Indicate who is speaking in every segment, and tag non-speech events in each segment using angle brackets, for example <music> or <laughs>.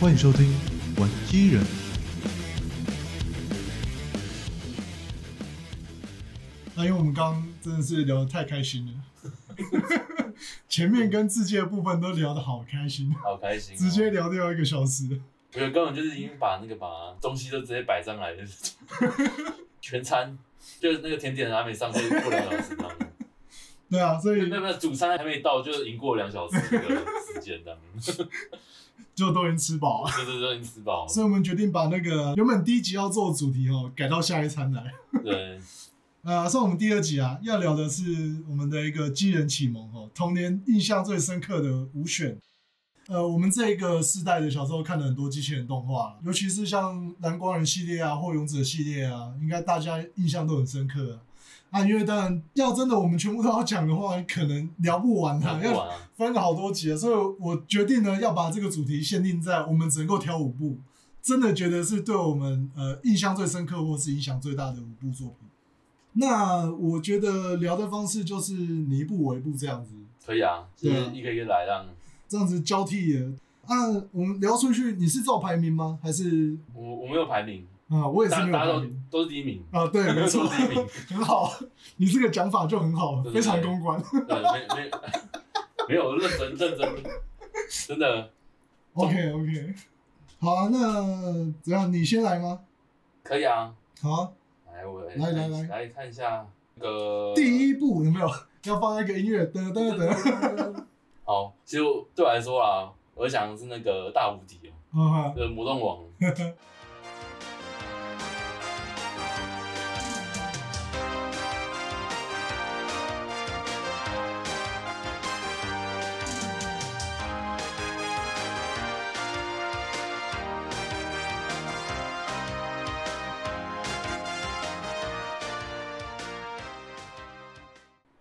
Speaker 1: 欢迎收听《玩机人》。
Speaker 2: 那因为我们刚刚真的是聊得太开心了， <laughs> 前面跟自介的部分都聊得好开心，
Speaker 3: 好开心、哦，
Speaker 2: 直接聊掉一个小时。
Speaker 3: 没有，根本就是已经把那个把东西都直接摆上来了， <laughs> 全餐就是那个甜点还没上，就是过两小时这样子。
Speaker 2: 对啊，所以
Speaker 3: 没有没有，主餐还没到，就已经过两小时这个时间这样。 <laughs>
Speaker 2: 就都已经吃饱了。
Speaker 3: 对对对，你吃饱了。
Speaker 2: 所以我们决定把那个原本第一集要做的主题哦，改到下一餐来。
Speaker 3: 对，
Speaker 2: 呃，算我们第二集啊，要聊的是我们的一个机人启蒙哦，童年印象最深刻的五选。呃，我们这一个世代的小时候看了很多机器人动画，尤其是像蓝光人系列啊，或勇者系列啊，应该大家印象都很深刻啊。啊，因为当然要真的我们全部都要讲的话，可能聊不完啊，
Speaker 3: 聊不完
Speaker 2: 要
Speaker 3: 啊
Speaker 2: 分好多集啊，所以我决定呢要把这个主题限定在我们只能够挑五部，真的觉得是对我们呃印象最深刻或是影响最大的五部作品。那我觉得聊的方式就是你一步我一步这样子，
Speaker 3: 可以啊，就
Speaker 2: 对
Speaker 3: 是
Speaker 2: 啊
Speaker 3: 一个一个来让。
Speaker 2: 这样子交替的。啊，我们聊出去，你是照排名吗？还是
Speaker 3: 我我没有排名，
Speaker 2: 啊，我也是
Speaker 3: 大
Speaker 2: 没有
Speaker 3: 大家
Speaker 2: 排
Speaker 3: 都
Speaker 2: 名
Speaker 3: 都是第一名，
Speaker 2: 啊，对，没错，
Speaker 3: 都是第一名，
Speaker 2: 很好，你这个讲法就很好，
Speaker 3: 对
Speaker 2: 非
Speaker 3: 对
Speaker 2: 常
Speaker 3: 对
Speaker 2: 公关。
Speaker 3: 对，没没 <laughs> 没有认真认真，真的
Speaker 2: OK OK，好啊，那怎样？你先来吗？
Speaker 3: 可以啊。
Speaker 2: 好啊，
Speaker 3: 来，我来
Speaker 2: 来来来
Speaker 3: 来看一下那个
Speaker 2: 第一步有没有要放一个音乐？噔噔噔，
Speaker 3: 好，其实我对我来说啊，我想的是那个大无敌哦，
Speaker 2: 啊，
Speaker 3: 就是魔动王。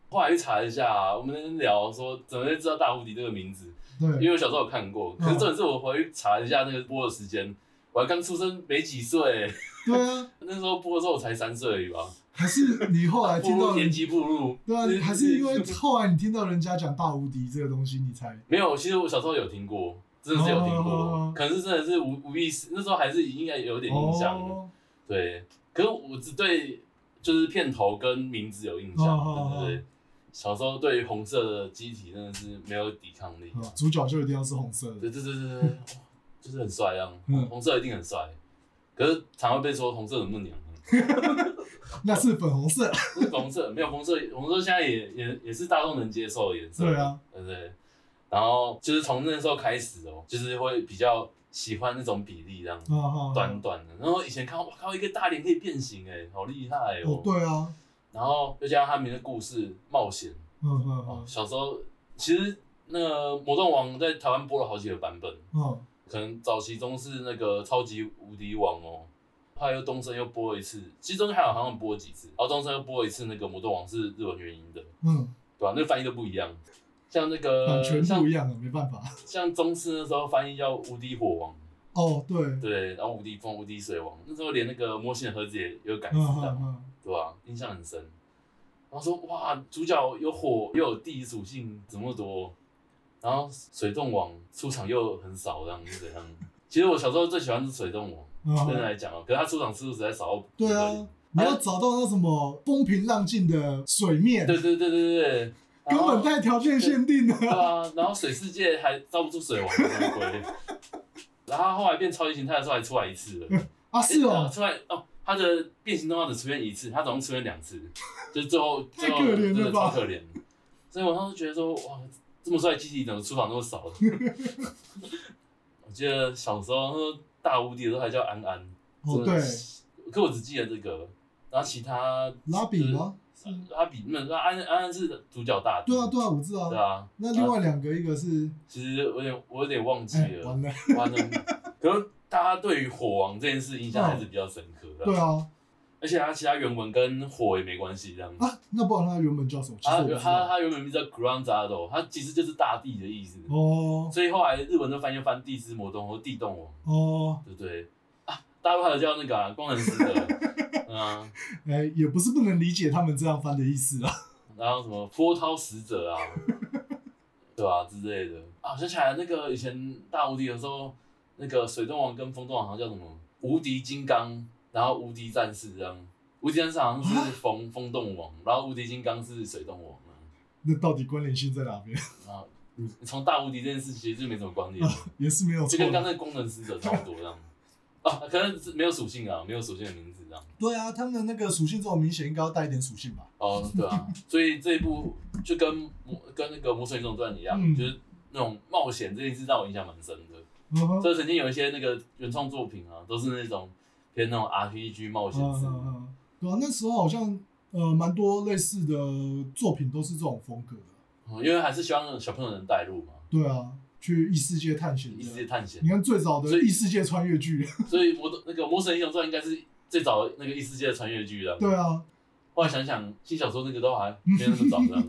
Speaker 3: 后来去查一下、啊我们那天聊说怎么会知道大无敌这个名字，因
Speaker 2: 对，嗯
Speaker 3: 为我小时候有看过，可是重点是我回去查一下那个播的时间，我还刚出生没几岁，
Speaker 2: 对啊，
Speaker 3: 那时候播的时候我才三岁而已吧，
Speaker 2: 还是你后来
Speaker 3: 步
Speaker 2: 听
Speaker 3: 入
Speaker 2: 到
Speaker 3: 田
Speaker 2: 人，
Speaker 3: 鸡步入，
Speaker 2: 对啊，你还是因为后来你听到人家讲大无敌这个东西，你才
Speaker 3: <laughs> 没有，其实我小时候有听过，真的是有听过，
Speaker 2: 哦
Speaker 3: 可能是真的是无无意识，那时候还是应该有点印象，
Speaker 2: 哦，
Speaker 3: 对，可是我只对就是片头跟名字有印象，
Speaker 2: 哦
Speaker 3: 对对对，小时候对于红色的机体真的是没有抵抗力，
Speaker 2: 哦主角就一定要是红色的，
Speaker 3: 对对
Speaker 2: <laughs>
Speaker 3: 对对对，哇哦就是很帅啊，
Speaker 2: 嗯
Speaker 3: 红色一定很帅，可是常会被说红色很不娘。
Speaker 2: 那是粉红色，
Speaker 3: 不 <laughs> 是红色，没有红色，红色现在也也也是大众能接受的颜色，
Speaker 2: 对啊，
Speaker 3: 对不对？然后就是从那时候开始哦，就是会比较喜欢那种比例这样，
Speaker 2: 啊啊，啊
Speaker 3: 短短的。然后以前看，我靠，一个大脸可以变形，哎，好厉害哦
Speaker 2: 哦，。对啊，
Speaker 3: 然后又加上他们的故事冒险，
Speaker 2: 嗯嗯
Speaker 3: 哦
Speaker 2: 嗯，
Speaker 3: 小时候其实那个《魔动王》在台湾播了好几个版本，
Speaker 2: 嗯，
Speaker 3: 可能早期中是那个超级无敌王哦，后来又东森又播了一次，其实中间还有好像播了几次，然后东森又播了一次那个魔动王是日文原音的，
Speaker 2: 嗯，
Speaker 3: 对吧、那个翻译都不一样，像那
Speaker 2: 版
Speaker 3: 个
Speaker 2: 权
Speaker 3: 像
Speaker 2: 啊不一样了，没办法。
Speaker 3: 像中视那时候翻译叫无敌火王，
Speaker 2: 哦，对，
Speaker 3: 对，然后无敌风、无敌水王，那时候连那个模型的盒子也有改
Speaker 2: 嗯
Speaker 3: 制的，
Speaker 2: 嗯嗯，
Speaker 3: 对吧、印象很深。然后说哇，主角有火又有地属性，怎么多？然后水洞王出场又很少，这样子怎样？其实我小时候最喜欢是水洞王。
Speaker 2: 嗯嗯
Speaker 3: 真的来讲哦，可是他出场次数实在少到不
Speaker 2: 对
Speaker 3: 得
Speaker 2: 啊
Speaker 3: 了，
Speaker 2: 你要找到那什么风平浪静的水面，
Speaker 3: 对对对对对对，
Speaker 2: 根
Speaker 3: 然后
Speaker 2: 本带条件限定
Speaker 3: 对
Speaker 2: 的。
Speaker 3: 啊，然后水世界还遭不住水王的鬼， <laughs> 然后他后来变超级形态的时候还出来一次了，
Speaker 2: 啊，是
Speaker 3: 诶
Speaker 2: 哦，
Speaker 3: 出来哦，他的变形动画只出现一次，他总共出现两次，就是最后
Speaker 2: <laughs> 太
Speaker 3: 最后
Speaker 2: 可怜了
Speaker 3: 真的
Speaker 2: 吧
Speaker 3: 超可怜，所以我当时觉得说哇，这么帅的机体怎么出场那么少？ <laughs> 我记得小时候那时候大无敌的时候还叫安安，
Speaker 2: 哦
Speaker 3: 真的
Speaker 2: 对，
Speaker 3: 是，可我只记得这个，然后其他
Speaker 2: 拉比吗？是
Speaker 3: 阿比那那安安安是主角大帝
Speaker 2: 对啊，对啊，我知
Speaker 3: 对
Speaker 2: 道。
Speaker 3: 啊。
Speaker 2: 那另外两个，一个是，
Speaker 3: 其实我有点我有点忘记
Speaker 2: 哎，
Speaker 3: 了， <laughs>
Speaker 2: 完了，
Speaker 3: 完了。可是大家对于火王这件事印象还是比较深刻的，
Speaker 2: 对啊，
Speaker 3: 而且他其他原文跟火也没关系，这样。
Speaker 2: 啊，那不然他原本叫什么？其实
Speaker 3: 他
Speaker 2: 我不知
Speaker 3: 啊他
Speaker 2: 道。
Speaker 3: 他原本名叫 Groundado，他其实就是大地的意思，
Speaker 2: 哦
Speaker 3: 所以后来日文都翻译翻地之魔动或地动王，
Speaker 2: 哦，
Speaker 3: 对不对？啊，大陆还有叫那个、啊、光能使
Speaker 2: <laughs>
Speaker 3: 者，嗯啊，
Speaker 2: 哎，也不是不能理解他们这样翻的意思啊啦。
Speaker 3: 然后什么波涛使者啊，对吧、之类的啊，我想起来那个以前大无敌的时候，那个水遁王跟风遁王好像叫什么无敌金刚，然后无敌战士这样，无敌战士好像
Speaker 2: 啊
Speaker 3: 是风风动王，然后无敌金刚是水动王啊。
Speaker 2: <laughs> 那到底关联性在哪边？ <laughs>
Speaker 3: 然后啊你从大无敌这件事其实就没什么关联，
Speaker 2: 也是没有嗯错
Speaker 3: 就跟刚
Speaker 2: 的。
Speaker 3: 才功能使者差不多
Speaker 2: <laughs>
Speaker 3: 这样。啊，可能是没有属性啊，没有属性的名字这样。
Speaker 2: 对啊，他们的那个属性这么明显，应该要带一点属性吧？
Speaker 3: 哦，对
Speaker 2: <laughs>
Speaker 3: 啊，所以这一部就跟魔跟那个《魔神英雄传》一样，
Speaker 2: 嗯
Speaker 3: 就是那种冒险这件事让我印象蛮深的。
Speaker 2: 嗯哼
Speaker 3: 所以曾经有一些那个原创作品啊，都是那种偏那种 RPG 冒险
Speaker 2: 嗯
Speaker 3: 式。
Speaker 2: 嗯嗯，对啊，那时候好像呃蛮多类似的作品都是这种风格的。嗯
Speaker 3: 哦因为还是希望小朋友能带入嘛，
Speaker 2: 对啊，去异世界探险
Speaker 3: 异世
Speaker 2: 这
Speaker 3: 界
Speaker 2: 样。
Speaker 3: 探险
Speaker 2: 你。看最早
Speaker 3: 所
Speaker 2: 的
Speaker 3: 以
Speaker 2: 异世界穿越剧，
Speaker 3: 所以魔那个《魔神英雄传》应该是最早那个异世界的穿越剧了。
Speaker 2: 对啊，
Speaker 3: 后来想想，新小说那个都还没有那么早这样。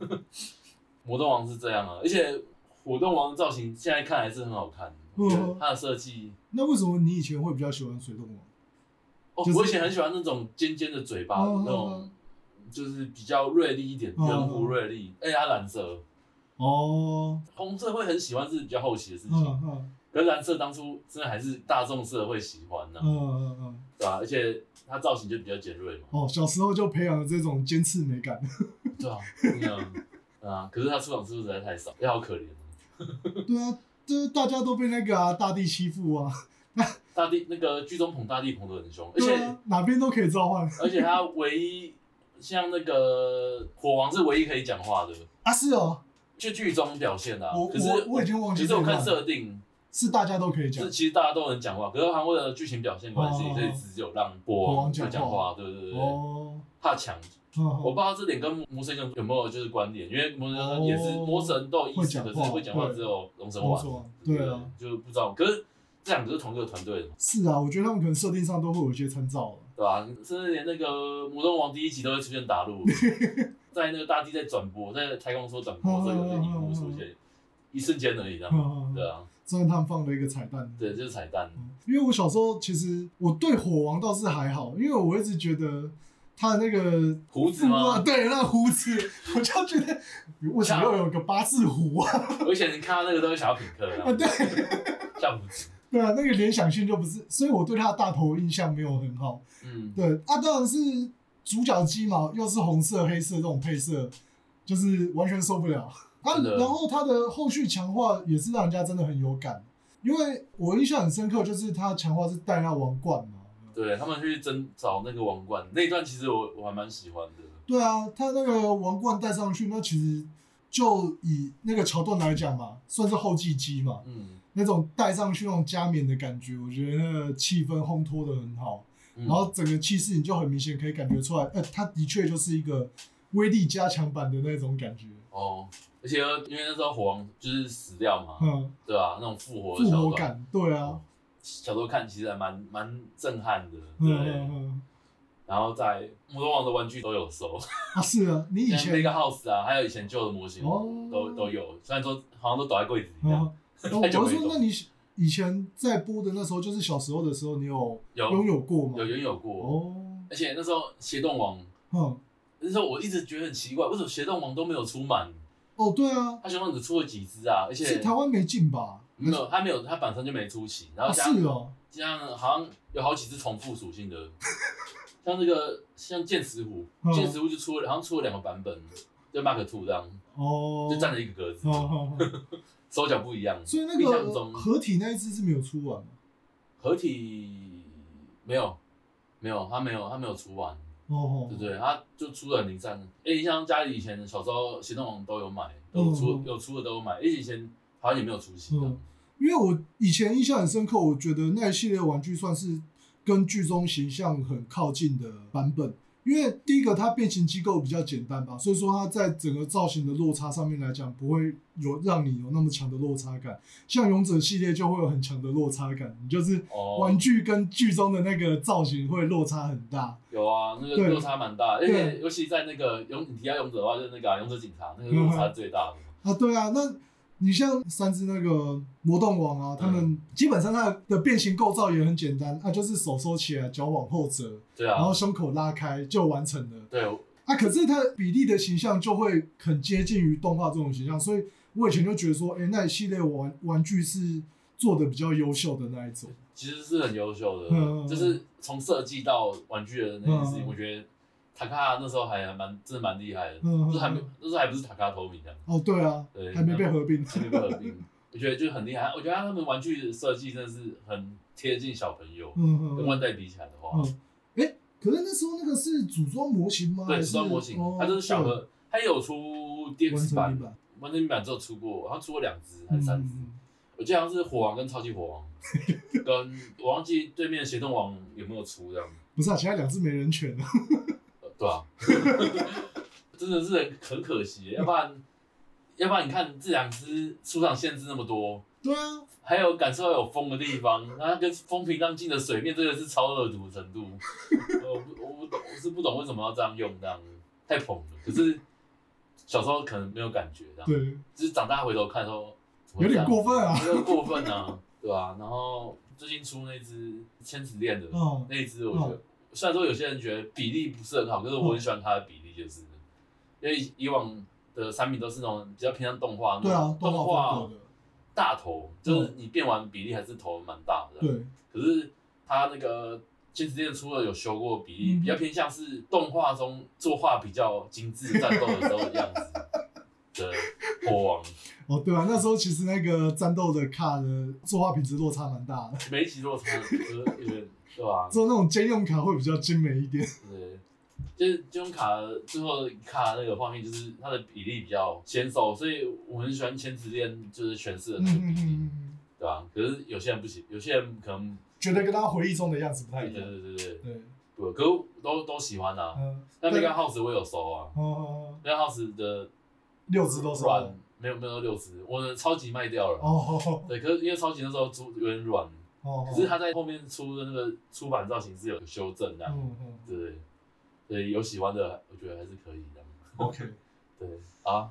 Speaker 2: <laughs>
Speaker 3: 魔动王是这样啊，而且火动王的造型现在看还是很好看，
Speaker 2: 嗯
Speaker 3: 我觉得它的设计。
Speaker 2: 那为什么你以前会比较喜欢水动啊王？
Speaker 3: 哦，
Speaker 2: 就是
Speaker 3: 我以前很喜欢那种尖尖的嘴巴，
Speaker 2: 嗯嗯嗯
Speaker 3: 那种就是比较锐利一点，
Speaker 2: 嗯嗯
Speaker 3: 圆弧锐利，而且它蓝色，
Speaker 2: 哦，
Speaker 3: 红色会很喜欢是比较后期的事情，
Speaker 2: 嗯嗯
Speaker 3: 可是蓝色当初真的还是大众社会喜欢呢、
Speaker 2: 嗯嗯嗯，
Speaker 3: 对啊吧、而且它造型就比较尖锐嘛，
Speaker 2: 哦，小时候就培养了这种尖刺美感。
Speaker 3: 对啊，嗯啊，可是它出场次数实在太少，也好可怜哦。
Speaker 2: <laughs> 对啊，就是大家都被那个啊大地欺负啊，
Speaker 3: 大地那个剧中捧大地捧得很凶，而
Speaker 2: 对
Speaker 3: 且、
Speaker 2: 啊，哪边都可以召唤
Speaker 3: 而且他唯一像那个火王是唯一可以讲话的，
Speaker 2: 啊，是哦，
Speaker 3: 就剧中表现啊
Speaker 2: 我。
Speaker 3: 可是
Speaker 2: 我我已经忘记
Speaker 3: 其实我
Speaker 2: 这一段
Speaker 3: 看设定
Speaker 2: 是大家都可以讲
Speaker 3: 是，其实大家都能讲话，可是他为了剧情表现关系，
Speaker 2: 哦
Speaker 3: 所以只有让火
Speaker 2: 火
Speaker 3: 王
Speaker 2: 王
Speaker 3: 去
Speaker 2: 讲
Speaker 3: 讲
Speaker 2: 话
Speaker 3: 话，对对对，对
Speaker 2: 哦，
Speaker 3: 怕抢。
Speaker 2: 嗯
Speaker 3: 我不知道这点跟魔神英雄有没有就是关联，因为魔神英雄也是
Speaker 2: 哦
Speaker 3: 魔神都有意识，
Speaker 2: 会讲
Speaker 3: 可是
Speaker 2: 话
Speaker 3: 会讲话
Speaker 2: 对
Speaker 3: 只有龙神
Speaker 2: 龙
Speaker 3: 丸
Speaker 2: 神丸，
Speaker 3: 对
Speaker 2: 对啊，
Speaker 3: 就是不知道。可是这两个是同一个团队的嘛。
Speaker 2: 是啊，我觉得他们可能设定上都会有一些参照了。
Speaker 3: 对吧、甚至连那个《魔动王》第一集都会出现
Speaker 2: <laughs>
Speaker 3: 打陆，在那个大地在转播，在太空说转播的时候，有那个荧幕
Speaker 2: 哦
Speaker 3: 出现，一瞬间而已，这样。
Speaker 2: 嗯
Speaker 3: 对，啊，
Speaker 2: 虽然他们放了一个彩蛋，
Speaker 3: 对，就是彩蛋。
Speaker 2: 嗯，因为我小时候其实我对火王倒是还好，因为我一直觉得他的那个
Speaker 3: 胡子吗
Speaker 2: 啊对，那胡子， <laughs> 我就觉得为什么要有个八字胡啊？ <laughs>
Speaker 3: 而且你看到那个都会想要品客，这
Speaker 2: 啊，
Speaker 3: 样
Speaker 2: 对，
Speaker 3: <laughs> 像胡子。
Speaker 2: 对啊，那个联想性就不是，所以我对他的大头印象没有很好。
Speaker 3: 嗯，
Speaker 2: 对啊，当然是主角鸡毛，又是红色、黑色这种配色，就是完全受不了。啊
Speaker 3: 真，的
Speaker 2: 然后他的后续强化也是让人家真的很有感，因为我印象很深刻，就是他强化是戴那王冠嘛。
Speaker 3: 对他们去争找那个王冠那一段，其实我我还蛮喜欢的。
Speaker 2: 对啊，他那个王冠戴上去，那其实就以那个桥段来讲嘛，算是后继机嘛，
Speaker 3: 嗯，
Speaker 2: 那种戴上去那种加冕的感觉，我觉得那个气氛烘托的很好。
Speaker 3: 嗯
Speaker 2: 然后整个气势你就很明显可以感觉出来，呃，它的确就是一个威力加强版的那种感觉，
Speaker 3: 哦，而且因为那时候火王就是死掉嘛，
Speaker 2: 嗯，
Speaker 3: 对吧、那种复活的
Speaker 2: 复
Speaker 3: 桥
Speaker 2: 活
Speaker 3: 段，
Speaker 2: 感，对啊，
Speaker 3: 小时候看其实还蛮蛮震撼的。
Speaker 2: 嗯
Speaker 3: 对。
Speaker 2: 嗯嗯，
Speaker 3: 然后在摩托王的玩具都有收，
Speaker 2: 啊是啊，你以
Speaker 3: 像那
Speaker 2: 前
Speaker 3: 个 House 啊，还有以前旧的模型
Speaker 2: 哦
Speaker 3: 都都有，虽然说好像都躲在柜子里面。
Speaker 2: 啊，我
Speaker 3: <laughs> 太久
Speaker 2: 我
Speaker 3: 没
Speaker 2: 说
Speaker 3: 动
Speaker 2: 那你以前在播的那时候，就是小时候的时候，你有
Speaker 3: 有
Speaker 2: 拥有过吗？
Speaker 3: 有拥有过，
Speaker 2: 哦，
Speaker 3: 而且那时候邪动王，
Speaker 2: 嗯，
Speaker 3: 那时候我一直觉得很奇怪，为什么邪动王都没有出满？
Speaker 2: 哦对啊，
Speaker 3: 他邪动王只出了几只啊，而
Speaker 2: 是
Speaker 3: 且
Speaker 2: 台湾没进吧？
Speaker 3: 没有，他没有，他本身就没出齐，然
Speaker 2: 啊
Speaker 3: 后加
Speaker 2: 是哦，
Speaker 3: 加上好像有好几只重复属性的，像那个像剑齿虎，
Speaker 2: 嗯
Speaker 3: 剑齿虎就出了，好像出了两个版本，就 Mark Two 这样，
Speaker 2: 哦，
Speaker 3: 就占了一个格子
Speaker 2: 哦，哦，哦
Speaker 3: 手脚不一样。
Speaker 2: 所以那
Speaker 3: 印象
Speaker 2: 个
Speaker 3: 中
Speaker 2: 合体那一只是没有出完吗
Speaker 3: 合体没有，没有，他没有，他没有出完，
Speaker 2: 哦，
Speaker 3: 对不对？他就出了零三，哎，你像家里以前小时候行动网都有买，都有出
Speaker 2: 嗯
Speaker 3: 有出的都有买，哎，以前好像也没有出新的
Speaker 2: 嗯，因为我以前印象很深刻，我觉得那一系列玩具算是跟剧中形象很靠近的版本。因为第一个，它变形机构比较简单吧，所以说它在整个造型的落差上面来讲，不会有让你有那么强的落差感。像勇者系列就会有很强的落差感，你就是
Speaker 3: 哦
Speaker 2: 玩具跟剧中的那个造型会落差很大。
Speaker 3: 有啊，那个
Speaker 2: 对
Speaker 3: 落差蛮大，而
Speaker 2: 对嗯
Speaker 3: 且尤其在那个勇，你提到勇者的话，就是那个啊勇者警察，那个落差最大的。
Speaker 2: 啊，对啊，那你像三只那个魔动王啊，他
Speaker 3: 嗯
Speaker 2: 们基本上它的变形构造也很简单，啊，就是手收起来，脚往后折，
Speaker 3: 对
Speaker 2: 然
Speaker 3: 啊
Speaker 2: 后，胸口拉开就完成了。
Speaker 3: 对，我
Speaker 2: 啊，可是它比例的形象就会很接近于动画这种形象，所以我以前就觉得说，哎、那一系列玩玩具是做的比较优秀的那一种。
Speaker 3: 其实是很优秀的，
Speaker 2: 嗯
Speaker 3: 就是从设计到玩具的那件事情，
Speaker 2: 嗯
Speaker 3: 我觉得塔卡那时候还蛮真的蛮厉害的，
Speaker 2: 嗯
Speaker 3: 就是还没那时候还不是塔卡透明的，
Speaker 2: 哦，对啊，
Speaker 3: 对，
Speaker 2: 还没被合
Speaker 3: <laughs>
Speaker 2: 并。
Speaker 3: 还没被合并，我觉得就很厉害。我觉得他们玩具设计真的是很贴近小朋友，
Speaker 2: 嗯
Speaker 3: 跟
Speaker 2: 嗯
Speaker 3: 万代比起来的话，
Speaker 2: 嗯。哎，可是那时候那个是组装模型吗？
Speaker 3: 对，
Speaker 2: 还
Speaker 3: 时装模型
Speaker 2: 哦，
Speaker 3: 它就是小的，它也有出电
Speaker 2: 完
Speaker 3: 子
Speaker 2: 成
Speaker 3: 版
Speaker 2: 品，版，
Speaker 3: 完成版之后出过，好像出过两只还是三只，
Speaker 2: 嗯
Speaker 3: 我记得好像是火王跟超级
Speaker 2: <laughs>
Speaker 3: 火王，跟我忘记对面协动王有没有出这样。
Speaker 2: 不是啊，其他两只没人权啊。
Speaker 3: 呃
Speaker 2: <laughs>
Speaker 3: 对啊，真的是很很可惜，要不然，要不然你看这两只出场限制那么多，
Speaker 2: 对啊，
Speaker 3: 还有感受到有风的地方， <laughs> 那它跟风平浪静的水面，真的是超恶毒的程度。 <laughs> 呃我不我不懂，我是不懂为什么要这样用，这样太捧了。可是小时候可能没有感觉，这样，
Speaker 2: 对，
Speaker 3: 就是长大回头看的时候，怎么
Speaker 2: 有点
Speaker 3: 这
Speaker 2: 过
Speaker 3: 样
Speaker 2: 分啊
Speaker 3: <laughs> 有点过分啊，对啊。然后最近出那只千纸链的，
Speaker 2: 哦，哦
Speaker 3: 那一只我觉得，虽然说有些人觉得比例不是很好，可是我很喜欢它的比例，就是、因为以往的产品都是那种比较偏向动画，
Speaker 2: 对啊
Speaker 3: 那种，
Speaker 2: 动
Speaker 3: 动
Speaker 2: 画风
Speaker 3: 画
Speaker 2: 格的，
Speaker 3: 大头，就是你变完比例还是头蛮大的，。
Speaker 2: 对，
Speaker 3: 可是它那个坚持店出了有修过比例，
Speaker 2: 嗯
Speaker 3: 比较偏向是动画中作画比较精致战斗的时候的样
Speaker 2: <laughs>
Speaker 3: 子的国王，
Speaker 2: 哦，对啊，那时候其实那个战斗的卡的作画品质落差蛮大的，
Speaker 3: 每一集落差就是有点对吧、
Speaker 2: 只有那种兼用卡会比较精美一点。
Speaker 3: 对，就是金融卡最后卡那个画面，就是它的比例比较显手，所以我很喜欢千纸链就是诠释的
Speaker 2: 嗯
Speaker 3: 那个比
Speaker 2: 嗯
Speaker 3: 例，
Speaker 2: 嗯嗯，
Speaker 3: 对吧、可是有些人不行，有些人可能
Speaker 2: <laughs> 觉得跟他回忆中的样子不太
Speaker 3: 对
Speaker 2: 一
Speaker 3: 对
Speaker 2: 样。
Speaker 3: 对对对，
Speaker 2: 对，
Speaker 3: 不，可是都都喜欢啊。
Speaker 2: 嗯，
Speaker 3: 但 Mega House 我有收啊
Speaker 2: 哦哦，哦
Speaker 3: ，Mega House 的
Speaker 2: 六只都是
Speaker 3: 软
Speaker 2: 哦，，
Speaker 3: 没有没有六只，我的超级卖掉了。
Speaker 2: 哦哦
Speaker 3: 对，可是因为超级那时候出有点软，
Speaker 2: 哦，
Speaker 3: 可是它在后面出的那个出版造型是有修正的、啊，
Speaker 2: 嗯嗯
Speaker 3: 对对，所以有喜欢的，我觉得还是可以的。
Speaker 2: ，OK，
Speaker 3: <laughs> 对啊，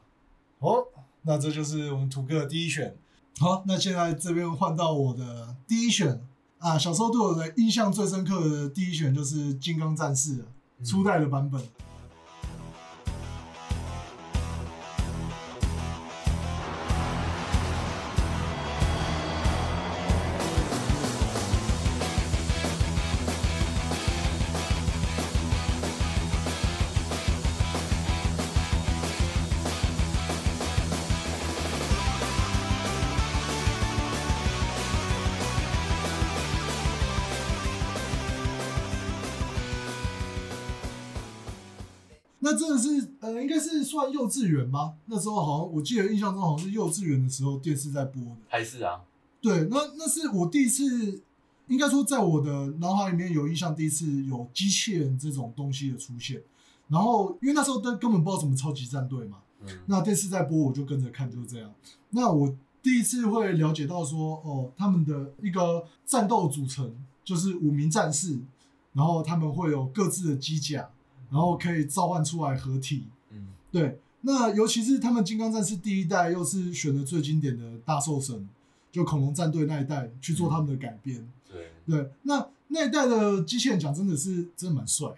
Speaker 2: 好，那这就是我们图哥的第一选。好，那现在这边换到我的第一选啊，小时候对我的印象最深刻的第一选就是《金刚战士》了
Speaker 3: 嗯
Speaker 2: 初代的版本。那真的是呃，应该是算幼稚园吧？那时候好像我记得印象中好像是幼稚园的时候电视在播的。
Speaker 3: 还是啊，
Speaker 2: 对，那那是我第一次，应该说在我的脑海里面有印象，第一次有机器人这种东西的出现。然后因为那时候根根本不知道什么超级战队嘛，
Speaker 3: 嗯，
Speaker 2: 那电视在播，我就跟着看，就这样。那我第一次会了解到说，哦，他们的一个战斗组成就是五名战士，然后他们会有各自的机甲，然后可以召唤出来合体。
Speaker 3: 嗯
Speaker 2: 对，那尤其是他们金刚战士第一代，又是选的最经典的大兽神，就恐龙战队那一代去做他们的改编。
Speaker 3: 对，
Speaker 2: 对，那那一代的机器人讲真的是真的蛮帅，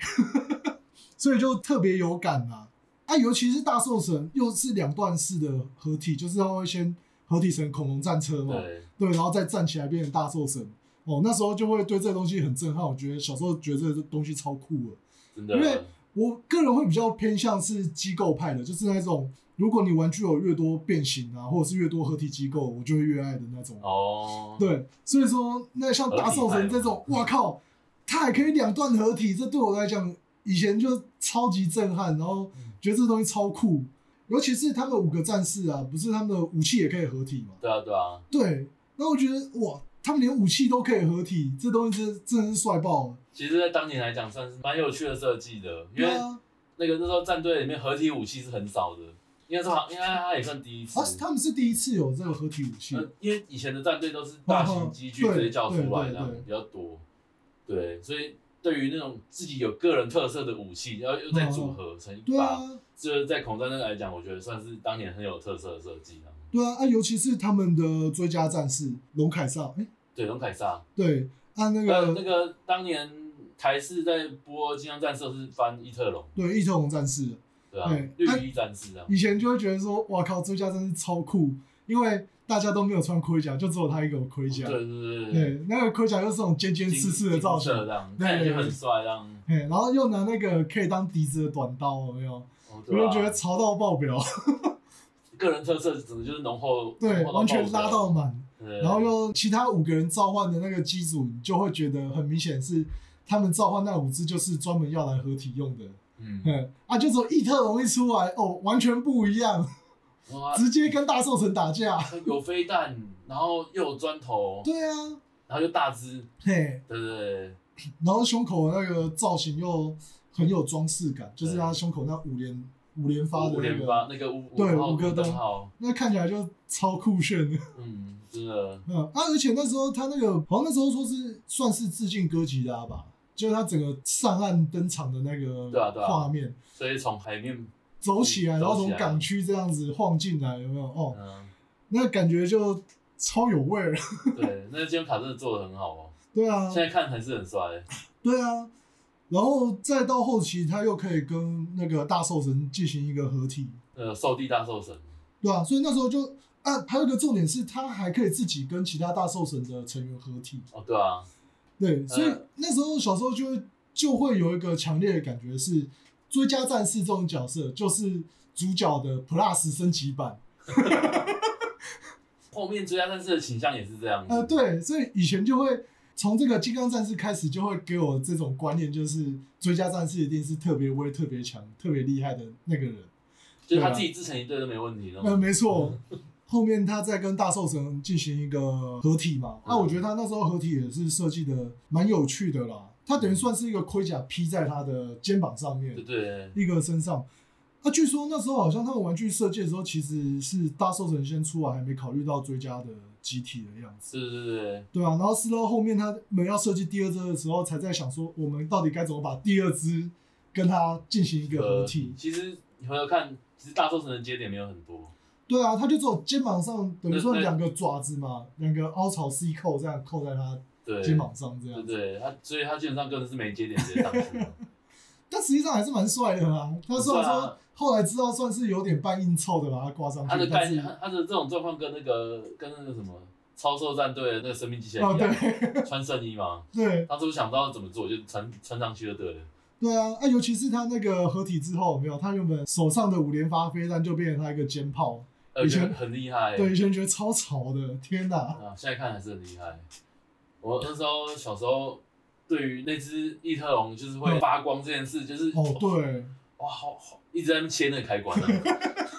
Speaker 2: <laughs> 所以就特别有感啊。啊，尤其是大兽神又是两段式的合体，就是他会先合体成恐龙战车嘛，
Speaker 3: 对，
Speaker 2: 对，然后再站起来变成大兽神。哦，那时候就会对这东西很震撼，我觉得小时候觉得这东西超酷了。
Speaker 3: 真的，
Speaker 2: 因为我个人会比较偏向是机构派的，就是那种如果你玩具有越多变形啊，或者是越多合体机构，我就会越爱的那种。
Speaker 3: 哦，，
Speaker 2: 对，所以说那像大兽神这种
Speaker 3: 合，体派
Speaker 2: 哇靠，它还可以两段合体，这对我来讲以前就超级震撼，然后觉得这东西超酷。尤其是他们五个战士啊，不是他们的武器也可以合体嘛？
Speaker 3: 对啊，对啊，
Speaker 2: 对，那我觉得哇，他们连武器都可以合体，这东西真真的是帅爆了。
Speaker 3: 其实，在当年来讲，算是蛮有趣的设计的，因
Speaker 2: 对
Speaker 3: 为
Speaker 2: 啊，
Speaker 3: 那个那时候战队里面合体武器是很少的，应该说好，应该它也算第一次
Speaker 2: 啊，，他们是第一次有这个合体武器。
Speaker 3: 呃因为以前的战队都是大型机具
Speaker 2: 哦哦
Speaker 3: 直接叫出来
Speaker 2: 对对
Speaker 3: 的
Speaker 2: 对
Speaker 3: 比较多，对，所以对于那种自己有个人特色的武器，然后又再组合成一
Speaker 2: 对
Speaker 3: 把，
Speaker 2: 啊，
Speaker 3: 这在恐战队来讲，我觉得算是当年很有特色的设计啊。
Speaker 2: 对啊，啊，尤其是他们的追加战士龙凯撒，哎、
Speaker 3: 对，龙凯撒，
Speaker 2: 对，啊那
Speaker 3: 呃，
Speaker 2: 个、
Speaker 3: 那个当年台视在播《金刚战士》是翻伊特龙，
Speaker 2: 对异特龙战士，
Speaker 3: 对啊
Speaker 2: 对，
Speaker 3: 绿衣战士啊，
Speaker 2: 以前就会觉得说，哇靠，追加战士超酷，因为大家都没有穿盔甲，就只有他一个有盔甲。
Speaker 3: 对对对，
Speaker 2: 对，那个盔甲又是那种尖尖刺刺的造型
Speaker 3: 金，色这样，
Speaker 2: 对
Speaker 3: 看起来
Speaker 2: 对
Speaker 3: 就很
Speaker 2: 对
Speaker 3: 帅这样。
Speaker 2: 嘿，然后又拿那个可以当笛子的短刀，有没有？
Speaker 3: 哦
Speaker 2: 我
Speaker 3: 对
Speaker 2: 就
Speaker 3: 啊
Speaker 2: 觉得潮到爆
Speaker 3: <laughs>
Speaker 2: 表，
Speaker 3: 个人特色整个就是浓厚，
Speaker 2: 对，
Speaker 3: 浓厚
Speaker 2: 完全
Speaker 3: 爆
Speaker 2: 拉
Speaker 3: 炸
Speaker 2: 到满。
Speaker 3: 对
Speaker 2: 然后又其他五个人召唤的那个机组，你就会觉得很明显是他们召唤那五只就是专门要来合体用的。
Speaker 3: 嗯，
Speaker 2: 嗯，啊，就只有异特龙一出来，哦，完全不一样，
Speaker 3: 哇，
Speaker 2: 直接跟大兽神打架。
Speaker 3: 有飞弹，然后又有砖头，
Speaker 2: 对啊，
Speaker 3: 然后又大只，
Speaker 2: 嘿，
Speaker 3: 对对对，
Speaker 2: 然后胸口的那个造型又很有装饰感，就是他
Speaker 3: 对
Speaker 2: 胸口那五连五连发
Speaker 3: 五
Speaker 2: 的那
Speaker 3: 连
Speaker 2: 个，
Speaker 3: 发那个五
Speaker 2: 对
Speaker 3: 号
Speaker 2: 五个灯
Speaker 3: 灯号，
Speaker 2: 那看起来就超酷炫的。 <laughs>
Speaker 3: 嗯，真的，
Speaker 2: 嗯啊，而且那时候他那个好像那时候说是算是致敬哥吉拉吧，就是他整个上岸登场的那个
Speaker 3: 对啊对啊
Speaker 2: 画面，
Speaker 3: 所以从海面，
Speaker 2: 走起来，
Speaker 3: 嗯
Speaker 2: 然后
Speaker 3: 走起
Speaker 2: 从
Speaker 3: 来
Speaker 2: 港区这样子晃进来，有没有？哦，
Speaker 3: 嗯，
Speaker 2: 那感觉就超有味儿。 <laughs>
Speaker 3: 对， <laughs> 那金卡真的做的很好哦，
Speaker 2: 对啊
Speaker 3: 现，在看还是很帅，
Speaker 2: 对啊。然后再到后期，他又可以跟那个大兽神进行一个合体，
Speaker 3: 呃，兽地大兽神，
Speaker 2: 对啊，所以那时候就啊，还有一个重点是，他还可以自己跟其他大兽神的成员合体。
Speaker 3: 哦，对啊，
Speaker 2: 对，所以
Speaker 3: 嗯
Speaker 2: 那时候小时候就会就会有一个强烈的感觉是，追加战士这种角色就是主角的 Plus 升级版。
Speaker 3: 后面追加战士的倾向也是这样，
Speaker 2: 呃，，对，所以以前就会从这个金刚战士开始，就会给我这种观念，就是追加战士一定是特别威、特别强、特别厉害的那个人。
Speaker 3: 就是他
Speaker 2: 对啊
Speaker 3: 自己自成一队都没问题的，
Speaker 2: 呃，没错。
Speaker 3: 嗯
Speaker 2: 后面他在跟大兽神进行一个合体嘛，那、
Speaker 3: 嗯
Speaker 2: 我觉得他那时候合体也是设计的蛮有趣的啦。他等于算是一个盔甲披在他的肩膀上面
Speaker 3: 对，对，
Speaker 2: 一个身上。那、据说那时候好像他们玩具设计的时候，其实是大兽神先出来，还没考虑到追加的机体的样子，
Speaker 3: 对对对对，
Speaker 2: 对啊，然后是到后面他们要设计第二只的时候，才在想说我们到底该怎么把第二只跟它进行一个合体。
Speaker 3: 呃其实你回头看，其实大兽神的节点没有很多，
Speaker 2: 对啊，它就只有肩膀上等于说
Speaker 3: 那那
Speaker 2: 两个爪子嘛，两个凹槽 C 扣这样扣在它
Speaker 3: 对，
Speaker 2: 肩膀上这
Speaker 3: 对
Speaker 2: 样
Speaker 3: 不
Speaker 2: 子，
Speaker 3: 对？他所以他基本上根本是没节点直接
Speaker 2: <laughs>
Speaker 3: 上去的，
Speaker 2: 但实际上还是蛮帅的啊。他虽然
Speaker 3: 很
Speaker 2: 说
Speaker 3: 帅啊
Speaker 2: 后来知道算是有点半硬凑的把它挂上
Speaker 3: 他的
Speaker 2: 去，
Speaker 3: 概
Speaker 2: 但是
Speaker 3: 念，他他的这种状况跟那个跟那个什么超兽战队的那个生命机器人
Speaker 2: 哦
Speaker 3: 一样，
Speaker 2: 对
Speaker 3: 穿圣衣嘛。
Speaker 2: 对，
Speaker 3: 当初想不到怎么做，就穿穿上去就对了。
Speaker 2: 对啊，啊，尤其是他那个合体之后，有没有他原本手上的五连发飞弹就变成他一个肩炮，
Speaker 3: 呃，
Speaker 2: 以
Speaker 3: 觉
Speaker 2: 前
Speaker 3: 得很厉害。
Speaker 2: 对，以前觉得超潮的，天哪！
Speaker 3: 啊，现在看还是很厉害。我那时候小时候，对于那只异特龙就是会发光这件事，就是
Speaker 2: 嗯哦，，对，
Speaker 3: 哇，好好一直在那边切那个开关啊。 <laughs>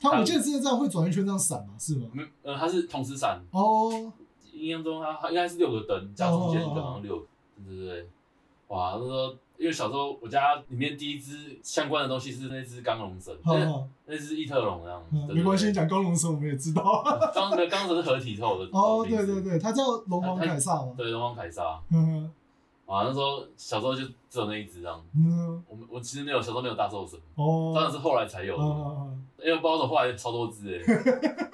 Speaker 2: 他我记得之前这样会转一圈这样闪嘛，是吗？
Speaker 3: 没，呃，它是同时闪，
Speaker 2: 哦，
Speaker 3: 印象中它它应该是六个灯，加中间
Speaker 2: 哦
Speaker 3: 一个
Speaker 2: 哦哦
Speaker 3: 好像六个，对对对。哇，那时候因为小时候我家里面第一只相关的东西是那只钢龙神，
Speaker 2: 好
Speaker 3: 那
Speaker 2: 好，
Speaker 3: 那只异特龙那样，对
Speaker 2: 嗯
Speaker 3: 对
Speaker 2: 没关
Speaker 3: 对
Speaker 2: 系，讲高龙的时候我们也知道。
Speaker 3: 钢的钢神是合体透的。
Speaker 2: 哦，
Speaker 3: 我的意
Speaker 2: 对
Speaker 3: 思
Speaker 2: 对对，他叫龙王凯撒嘛，
Speaker 3: 对，东方凯撒
Speaker 2: 嗯
Speaker 3: 啊，那时候小时候就只有那一只这样。
Speaker 2: 嗯，
Speaker 3: 我们我其实没有，小时候没有大兽神，
Speaker 2: 哦，
Speaker 3: 当然是后来才有
Speaker 2: 啊
Speaker 3: 的，
Speaker 2: 啊啊
Speaker 3: 因为包总后来超多
Speaker 2: <laughs>
Speaker 3: 只哎，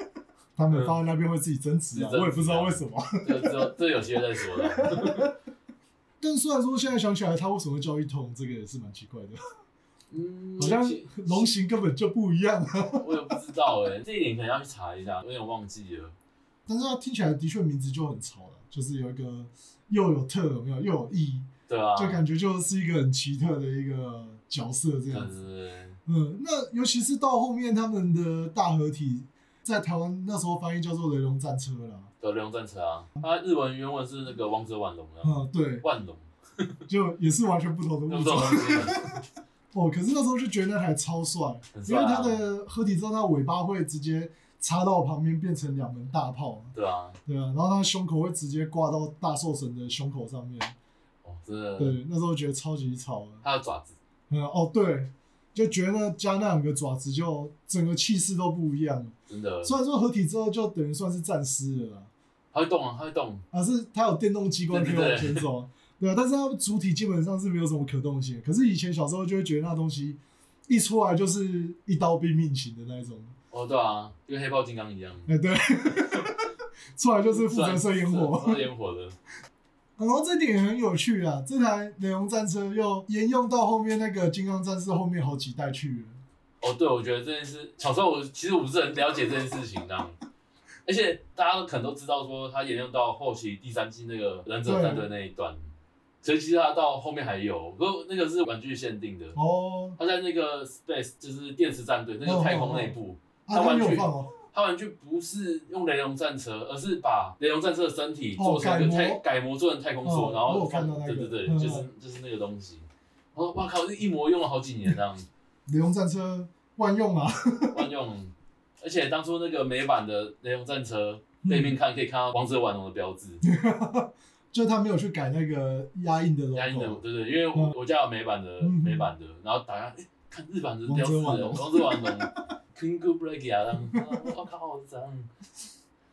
Speaker 2: 他们发现那边会自己增值啊，
Speaker 3: 嗯自己增值啊
Speaker 2: 我也不知道为什么。 <laughs>
Speaker 3: 这个只有这个有机会再说的。
Speaker 2: 但虽然说现在想起来，他为什么叫一通，这个也是蛮奇怪的，
Speaker 3: 嗯，
Speaker 2: 好像
Speaker 3: 其
Speaker 2: 龙形根本就不一样啊。 <laughs>
Speaker 3: 我也不知道哎，这一点可能要去查一下，我有点忘记了。
Speaker 2: 但是它听起来的确名字就很潮了，就是有一个又有特有没有又有意，
Speaker 3: 对啊，
Speaker 2: 就感觉就是一个很奇特的一个角色这
Speaker 3: 对
Speaker 2: 样
Speaker 3: 对
Speaker 2: 子。
Speaker 3: 对
Speaker 2: 嗯，那尤其是到后面他们的大合体，在台湾那时候翻译叫做雷龙战车啦。
Speaker 3: 对，雷龙战车啊，它日文原文是那个王者万龙啊，
Speaker 2: 嗯，对，
Speaker 3: 万
Speaker 2: <laughs>
Speaker 3: 龙，
Speaker 2: 就也是完全不同的
Speaker 3: 那
Speaker 2: 物
Speaker 3: 不
Speaker 2: 种
Speaker 3: 懂。
Speaker 2: 哦，可是那时候就觉得那台超帅，
Speaker 3: 很
Speaker 2: 因
Speaker 3: 帅
Speaker 2: 为
Speaker 3: 啊
Speaker 2: 它的合体之后，它尾巴会直接插到旁边变成两门大炮，
Speaker 3: 对啊，
Speaker 2: 对啊，然后它胸口会直接挂到大兽神的胸口上面，
Speaker 3: 哦，真的，
Speaker 2: 对，那时候觉得超级潮的。
Speaker 3: 它的爪子，
Speaker 2: 嗯，哦，对，就觉得加那两个爪子就整个气势都不一样了。
Speaker 3: 真的，
Speaker 2: 虽然说合体之后就等于算是战师了啦，
Speaker 3: 它会动啊，它会动，
Speaker 2: 啊是它有电动机关可以
Speaker 3: 对对
Speaker 2: 往前走，对啊，但是它主体基本上是没有什么可动性的。可是以前小时候就会觉得那东西一出来就是一刀毙命型的那一种，
Speaker 3: 哦，对啊，就跟黑豹金刚一样，
Speaker 2: 哎、对， <laughs> 出来就是负责射烟火。
Speaker 3: 射烟火的，
Speaker 2: 然后这点也很有趣啊，这台雷龙战车又沿用到后面那个金刚战士后面好几代去了。
Speaker 3: 哦，对，我觉得这件事，小时候我其实我不是很了解这件事情，这样，而且大家可能都知道说它沿用到后期第三季那个忍者战队那一段，所以其实它到后面还有，不过那个是玩具限定的。
Speaker 2: 哦，
Speaker 3: 它在那个 Space 就是电池战队那个太空内部，
Speaker 2: 啊，他
Speaker 3: 玩
Speaker 2: 没有
Speaker 3: 具
Speaker 2: 放哦，
Speaker 3: 它玩具不是用雷龙战车，而是把雷龙战车的身体做成
Speaker 2: 哦
Speaker 3: 一个太
Speaker 2: 改模
Speaker 3: 改模做成太空梭，
Speaker 2: 哦
Speaker 3: 然
Speaker 2: 我
Speaker 3: 后
Speaker 2: 有看到那个
Speaker 3: 对对对，
Speaker 2: 嗯
Speaker 3: 就是就是那个东西。我说哇靠，这一模用了好几年
Speaker 2: <laughs>
Speaker 3: 这样。
Speaker 2: 雷龙战车万用啊，
Speaker 3: 万用，而且当初那个美版的雷龙战车
Speaker 2: 嗯
Speaker 3: 背面看可以看到王者玩龙的标志，
Speaker 2: <laughs> 就是他没有去改那个压印的
Speaker 3: 压印的
Speaker 2: logo，
Speaker 3: 对对，因为我我家有美版的
Speaker 2: 哦嗯
Speaker 3: 美版的，然后打开诶看日版的标志，
Speaker 2: 王者玩龙
Speaker 3: 王者玩龙，King g o b r e a
Speaker 2: <laughs>
Speaker 3: k 啊，这样，啊我靠，这样，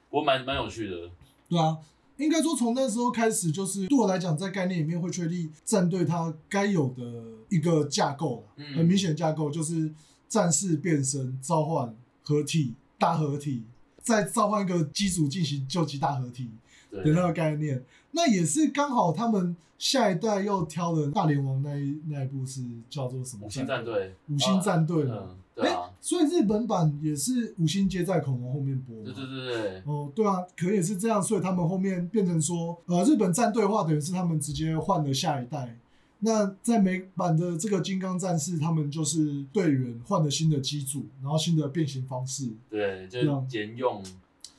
Speaker 3: 我蛮蛮有趣的，
Speaker 2: 对啊。应该说，从那时候开始，就是对我来讲，在概念里面会确立战队它该有的一个架构啦
Speaker 3: 嗯
Speaker 2: 很明显的架构就是战士变身、召唤、合体、大合体，再召唤一个机组进行救急大合体，
Speaker 3: 对
Speaker 2: 的，那个概念。那也是刚好他们下一代又挑的大联王那一那一部是叫做什么？
Speaker 3: 五星战，队，
Speaker 2: 五星战队
Speaker 3: 啊，
Speaker 2: 了。
Speaker 3: 嗯，
Speaker 2: 哎、
Speaker 3: 对啊，
Speaker 2: 所以日本版也是五星皆在恐龙后面播嘛。
Speaker 3: 对对对对，
Speaker 2: 哦，对啊，可能也是这样，所以他们后面变成说，呃，日本战队的话，等于是他们直接换了下一代。那在美版的这个金刚战士，他们就是队员换了新的机组，然后新的变形方式。
Speaker 3: 对，
Speaker 2: 对
Speaker 3: 就
Speaker 2: 啊
Speaker 3: 沿用。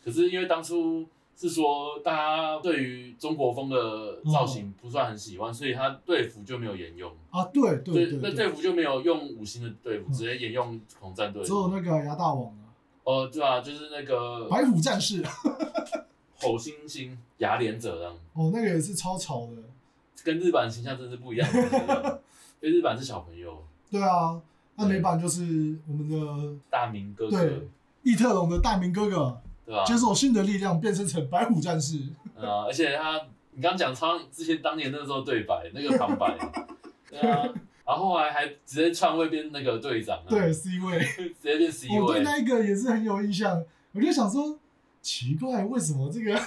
Speaker 3: 可是因为当初是说大家对于中国风的
Speaker 2: 嗯
Speaker 3: 造型不算很喜欢，所以他队服就没有沿用。
Speaker 2: 啊，对对对
Speaker 3: 那
Speaker 2: 对，
Speaker 3: 队服就没有用五星的队服，直接沿用恐战队。
Speaker 2: 只有那个牙大王啊，
Speaker 3: 哦，对啊，就是那个
Speaker 2: 白虎战士，
Speaker 3: 吼星星牙连者这样，
Speaker 2: 哦，那个也是超潮的。
Speaker 3: 跟日版形象真是不一样。我
Speaker 2: <laughs>
Speaker 3: 觉得因为日版是小朋友，
Speaker 2: 对啊，那
Speaker 3: 对
Speaker 2: 美版就是我们的
Speaker 3: 大明哥哥，
Speaker 2: 对异特龙的大明哥哥，
Speaker 3: 对吧？
Speaker 2: 接受新的力量，变身成白虎战士。
Speaker 3: 嗯啊，而且他，你刚讲他之前当年那时候对白那个
Speaker 2: <laughs>
Speaker 3: 旁白，对啊，然后后来还直接篡位变那个队长、啊，
Speaker 2: 对，，C 位。
Speaker 3: 直接变 C E
Speaker 2: 我对
Speaker 3: 位，
Speaker 2: 那一个也是很有印象，我就想说，奇怪，为什么这个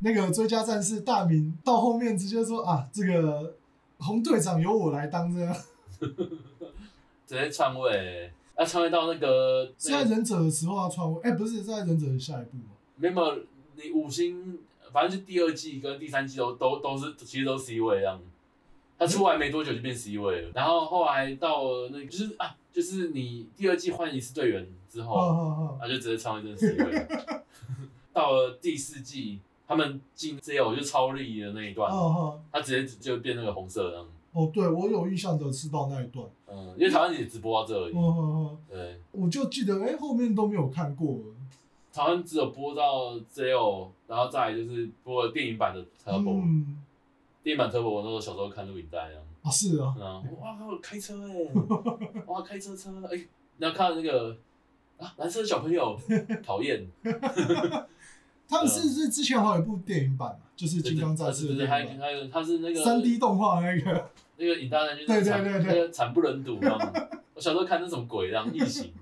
Speaker 2: 那个追加战士大明到后面直接说啊，这个红队长由我来当这样。
Speaker 3: 直接篡位，啊，篡位到那个
Speaker 2: 是
Speaker 3: 那
Speaker 2: 在
Speaker 3: 个
Speaker 2: 忍者的时候啊，穿过，哎、不是是在忍者的下一步吗？
Speaker 3: 没有你五星，反正就第二季跟第三季都都都是其实都 C 位这样。他出来没多久就变 C 位了，然后后来到了那个就是啊，就是你第二季换一次队员之后，
Speaker 2: 哈哈哈。
Speaker 3: 他就直接唱一阵 C 位。
Speaker 2: <laughs>
Speaker 3: 到了第四季，他们进 ZL 就超力的那一段，
Speaker 2: 哦哦
Speaker 3: 他直接就变那个红色的那样。
Speaker 2: 哦，对我有印象的是到那一段。
Speaker 3: 嗯，因为台湾也直播到这而已。
Speaker 2: 哦哦哦，
Speaker 3: 对，
Speaker 2: 我就记得哎、后面都没有看过了。
Speaker 3: 台湾只有播到 ZL，然后再来就是播了电影版的 Turbo、
Speaker 2: 嗯，
Speaker 3: 电影版 Turbo 我那时候小时候看录影带啊，
Speaker 2: 啊是啊，
Speaker 3: 然后哇靠开车哎、欸，哇开车车哎、然后看到那个啊蓝色的小朋友讨厌，
Speaker 2: 他们是不是之前还有一部电影版啊，就是《金刚战士
Speaker 3: 啊对》对对，还有
Speaker 2: 的
Speaker 3: 还有他是那个
Speaker 2: 三 D 动画那个，
Speaker 3: 那个尹大人就是
Speaker 2: 对对
Speaker 3: 惨
Speaker 2: 对对
Speaker 3: 那个惨不忍睹，你知道吗？我小时候看那什么鬼，然后异形，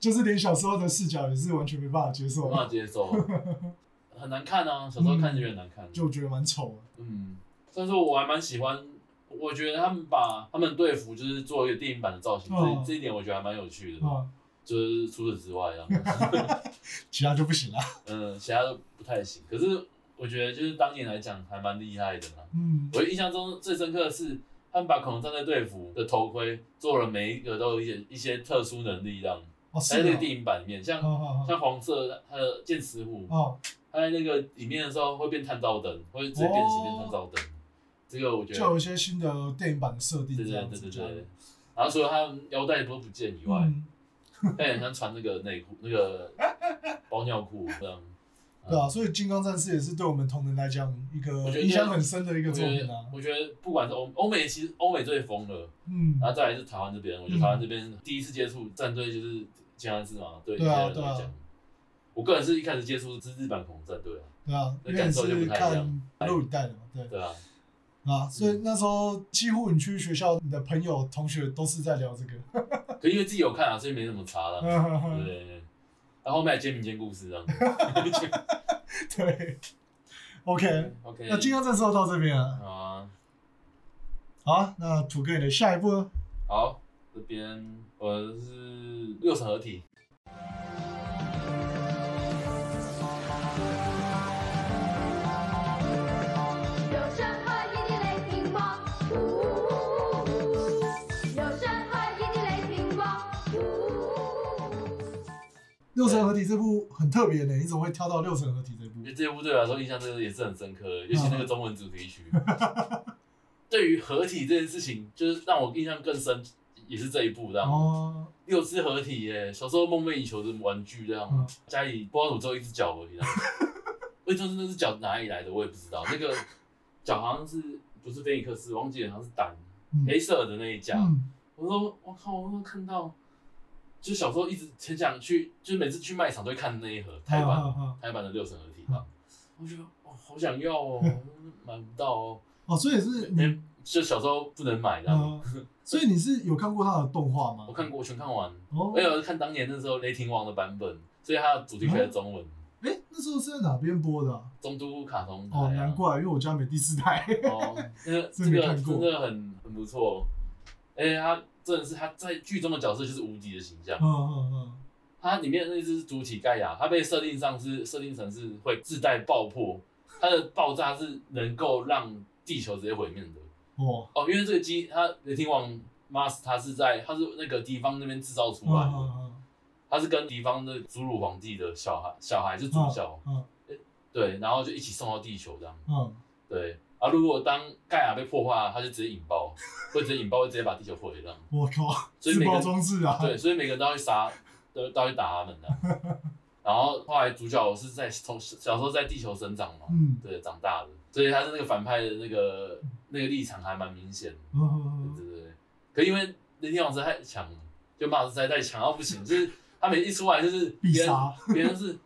Speaker 2: 就是连小时候的视角也是完全没办法接
Speaker 3: 没
Speaker 2: 受
Speaker 3: 办，法接受，很难看啊，小时候看就很难看。
Speaker 2: 就觉得蛮丑的。
Speaker 3: 嗯，但是我还蛮喜欢，我觉得他们把他们队服就是做一个电影版的造型，
Speaker 2: 哦
Speaker 3: 这这一点我觉得还蛮有趣的。
Speaker 2: 啊，
Speaker 3: 就是除此之外，然后
Speaker 2: 其他就不行了。
Speaker 3: 嗯，其他都不太行。可是我觉得就是当年来讲还蛮厉害的啦。
Speaker 2: 嗯，
Speaker 3: 我印象中最深刻的是。他们把恐龙战队队服的头盔做了，每一个都有一些一些特殊能力，这样
Speaker 2: 哦是
Speaker 3: 在那个
Speaker 2: 啊，
Speaker 3: 电影版里面，像
Speaker 2: 哦哦
Speaker 3: 像黄色它的剑齿虎，
Speaker 2: 哦，
Speaker 3: 它在那个里面的时候会变探照灯，会直接变形
Speaker 2: 哦
Speaker 3: 变探照灯。这个我觉
Speaker 2: 就有
Speaker 3: 得
Speaker 2: 一，些新的电影版的设定
Speaker 3: 对
Speaker 2: 这
Speaker 3: 对对
Speaker 2: 样
Speaker 3: 对
Speaker 2: 子
Speaker 3: 对
Speaker 2: 这样。
Speaker 3: 对。然后除了它腰带都不见以外，
Speaker 2: 嗯，
Speaker 3: 它也很像穿那个内裤、那个包尿裤这样。
Speaker 2: 对啊，所以《金刚战士》也是对我们同人来讲一
Speaker 3: 我
Speaker 2: 个
Speaker 3: 觉得
Speaker 2: 影响很深的一
Speaker 3: 我
Speaker 2: 个作
Speaker 3: 觉
Speaker 2: 品
Speaker 3: 得
Speaker 2: 啊，。
Speaker 3: 我觉得不管是欧欧美，其实欧美最疯了，
Speaker 2: 嗯，
Speaker 3: 然后再来是台湾这边，我觉得台湾这边第一次接触战队就是金安寺嘛，对一些
Speaker 2: 对啊
Speaker 3: 人来
Speaker 2: 对啊
Speaker 3: 讲，我个人是一开始接触是日版恐龙战队啊，
Speaker 2: 对啊，
Speaker 3: 那
Speaker 2: 因为
Speaker 3: 感
Speaker 2: 你
Speaker 3: 受就不
Speaker 2: 是
Speaker 3: 太一
Speaker 2: 看
Speaker 3: 样
Speaker 2: 录影带的嘛，对。
Speaker 3: 对啊，
Speaker 2: 啊，所以那时候几乎你去学校，你的朋友、同学都是在聊这个。
Speaker 3: 可因为自己有看啊，所以没什么差了。
Speaker 2: 嗯
Speaker 3: 对对对，然后后面还兼民间故事这样。
Speaker 2: <laughs> 对，OK，
Speaker 3: OK，
Speaker 2: 那金刚战士就到这边了。
Speaker 3: 好啊，
Speaker 2: 好啊，那土哥你的下一步呢？
Speaker 3: 好，这边我是六神合体。
Speaker 2: 六神合体这部很特别呢，你怎么会挑到六神合体这部
Speaker 3: 因？为这部对我来说印象真的也是很深刻的，尤
Speaker 2: 嗯
Speaker 3: 其那个中文主题曲。 <laughs> 对于合体这件事情，就是让我印象更深，也是这一部这样。
Speaker 2: 哦，
Speaker 3: 六只合体耶，小时候梦寐以求的玩具这样，
Speaker 2: 嗯
Speaker 3: 家里不知道怎么只有一只脚而已啦。 <laughs> 为什么那只脚哪里来的，我也不知道。那个脚好像是不是菲尼克斯，忘记了，好像是胆
Speaker 2: 嗯
Speaker 3: 黑色的那一家。
Speaker 2: 嗯，
Speaker 3: 我说我靠，我都看到，就小时候一直很想去，就是每次去卖场都会看那一盒台版、
Speaker 2: 啊啊啊
Speaker 3: 台版的六神合体吧。我觉得哦，好想要哦，买不到哦，
Speaker 2: 哦，所以是
Speaker 3: 那、
Speaker 2: 你，
Speaker 3: 就小时候不能买的、
Speaker 2: 呃，所以你是有看过他的动画吗？
Speaker 3: 我看过，我全看完。
Speaker 2: 哦
Speaker 3: 我，有看当年那时候雷霆王的版本，所以它的主题曲是中文，
Speaker 2: 哎，那时候是在哪边播的啊？
Speaker 3: 中都卡通台、啊。
Speaker 2: 哦，难。怪，因为我家没第四台。
Speaker 3: <laughs> 哦，那个这
Speaker 2: 真没
Speaker 3: 个
Speaker 2: 看过
Speaker 3: 真的很很不错，而且他真的是他在剧中的角色就是无敌的形象
Speaker 2: 嗯。嗯嗯，
Speaker 3: 它里面那只主体盖亚，它被设定上是设定成是会自带爆破，它的爆炸是能够让地球直接毁灭的。
Speaker 2: 哦，
Speaker 3: 哦，因为这个机，它雷霆王 Mas 它是在它是那个敌方那边制造出
Speaker 2: 嗯
Speaker 3: 来
Speaker 2: 嗯
Speaker 3: 的，
Speaker 2: 嗯
Speaker 3: 它是跟敌方的祖鲁皇帝的小孩小孩是主角，
Speaker 2: 嗯
Speaker 3: 对，然后就一起送到地球这样，
Speaker 2: 嗯，
Speaker 3: 对。啊，如果当盖亚被破坏，它就直接引爆，会直接引爆，会直接把地球毁了这样。
Speaker 2: 我靠，
Speaker 3: 所以
Speaker 2: 自
Speaker 3: 每个
Speaker 2: 爆装置啊，
Speaker 3: 对，所以每个人都要去杀，都都要去打他们的。然后后来主角是在从小时候在地球生长嘛，
Speaker 2: 嗯
Speaker 3: 对，长大的，所以他是那个反派的那个那个立场还蛮明显的，
Speaker 2: 嗯嗯
Speaker 3: 对对对。可因为雷霆王实在太强了，就马尔实在太强到不
Speaker 2: <laughs>
Speaker 3: 行，就是他每一出来就是
Speaker 2: 必
Speaker 3: 别人
Speaker 2: 杀
Speaker 3: 别人是。啊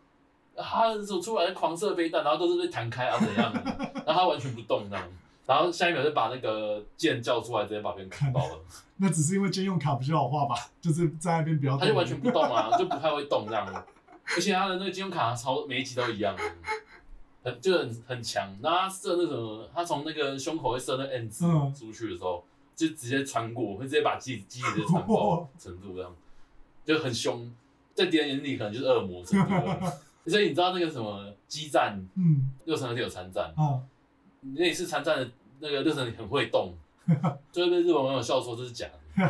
Speaker 3: 他走出来的狂射飞弹，然后都是被弹开啊怎
Speaker 2: <laughs>
Speaker 3: 样的，然后他完全不动这样，然后下一秒就把那个剑叫出来，直接把别人砍爆了。
Speaker 2: 那只是因为兼用卡比较好画吧，就是在那边比较，
Speaker 3: 他就完全不动啊，就不太会动这样。而且他的那个金融卡超每一集都一样，很就很很强。那他射那什么，他从那个胸口会射那个 N 字
Speaker 2: 嗯
Speaker 3: 出去的时候，就直接穿过，会直接把机机直接穿爆程度这样，就很凶。在敌人眼里可能就是恶魔程度了。所以你知道那个什么激战
Speaker 2: 嗯
Speaker 3: 六神合体有参战，
Speaker 2: 啊
Speaker 3: 那一次参战的那个六神合体很会动，就会被日本网友笑说这是假的。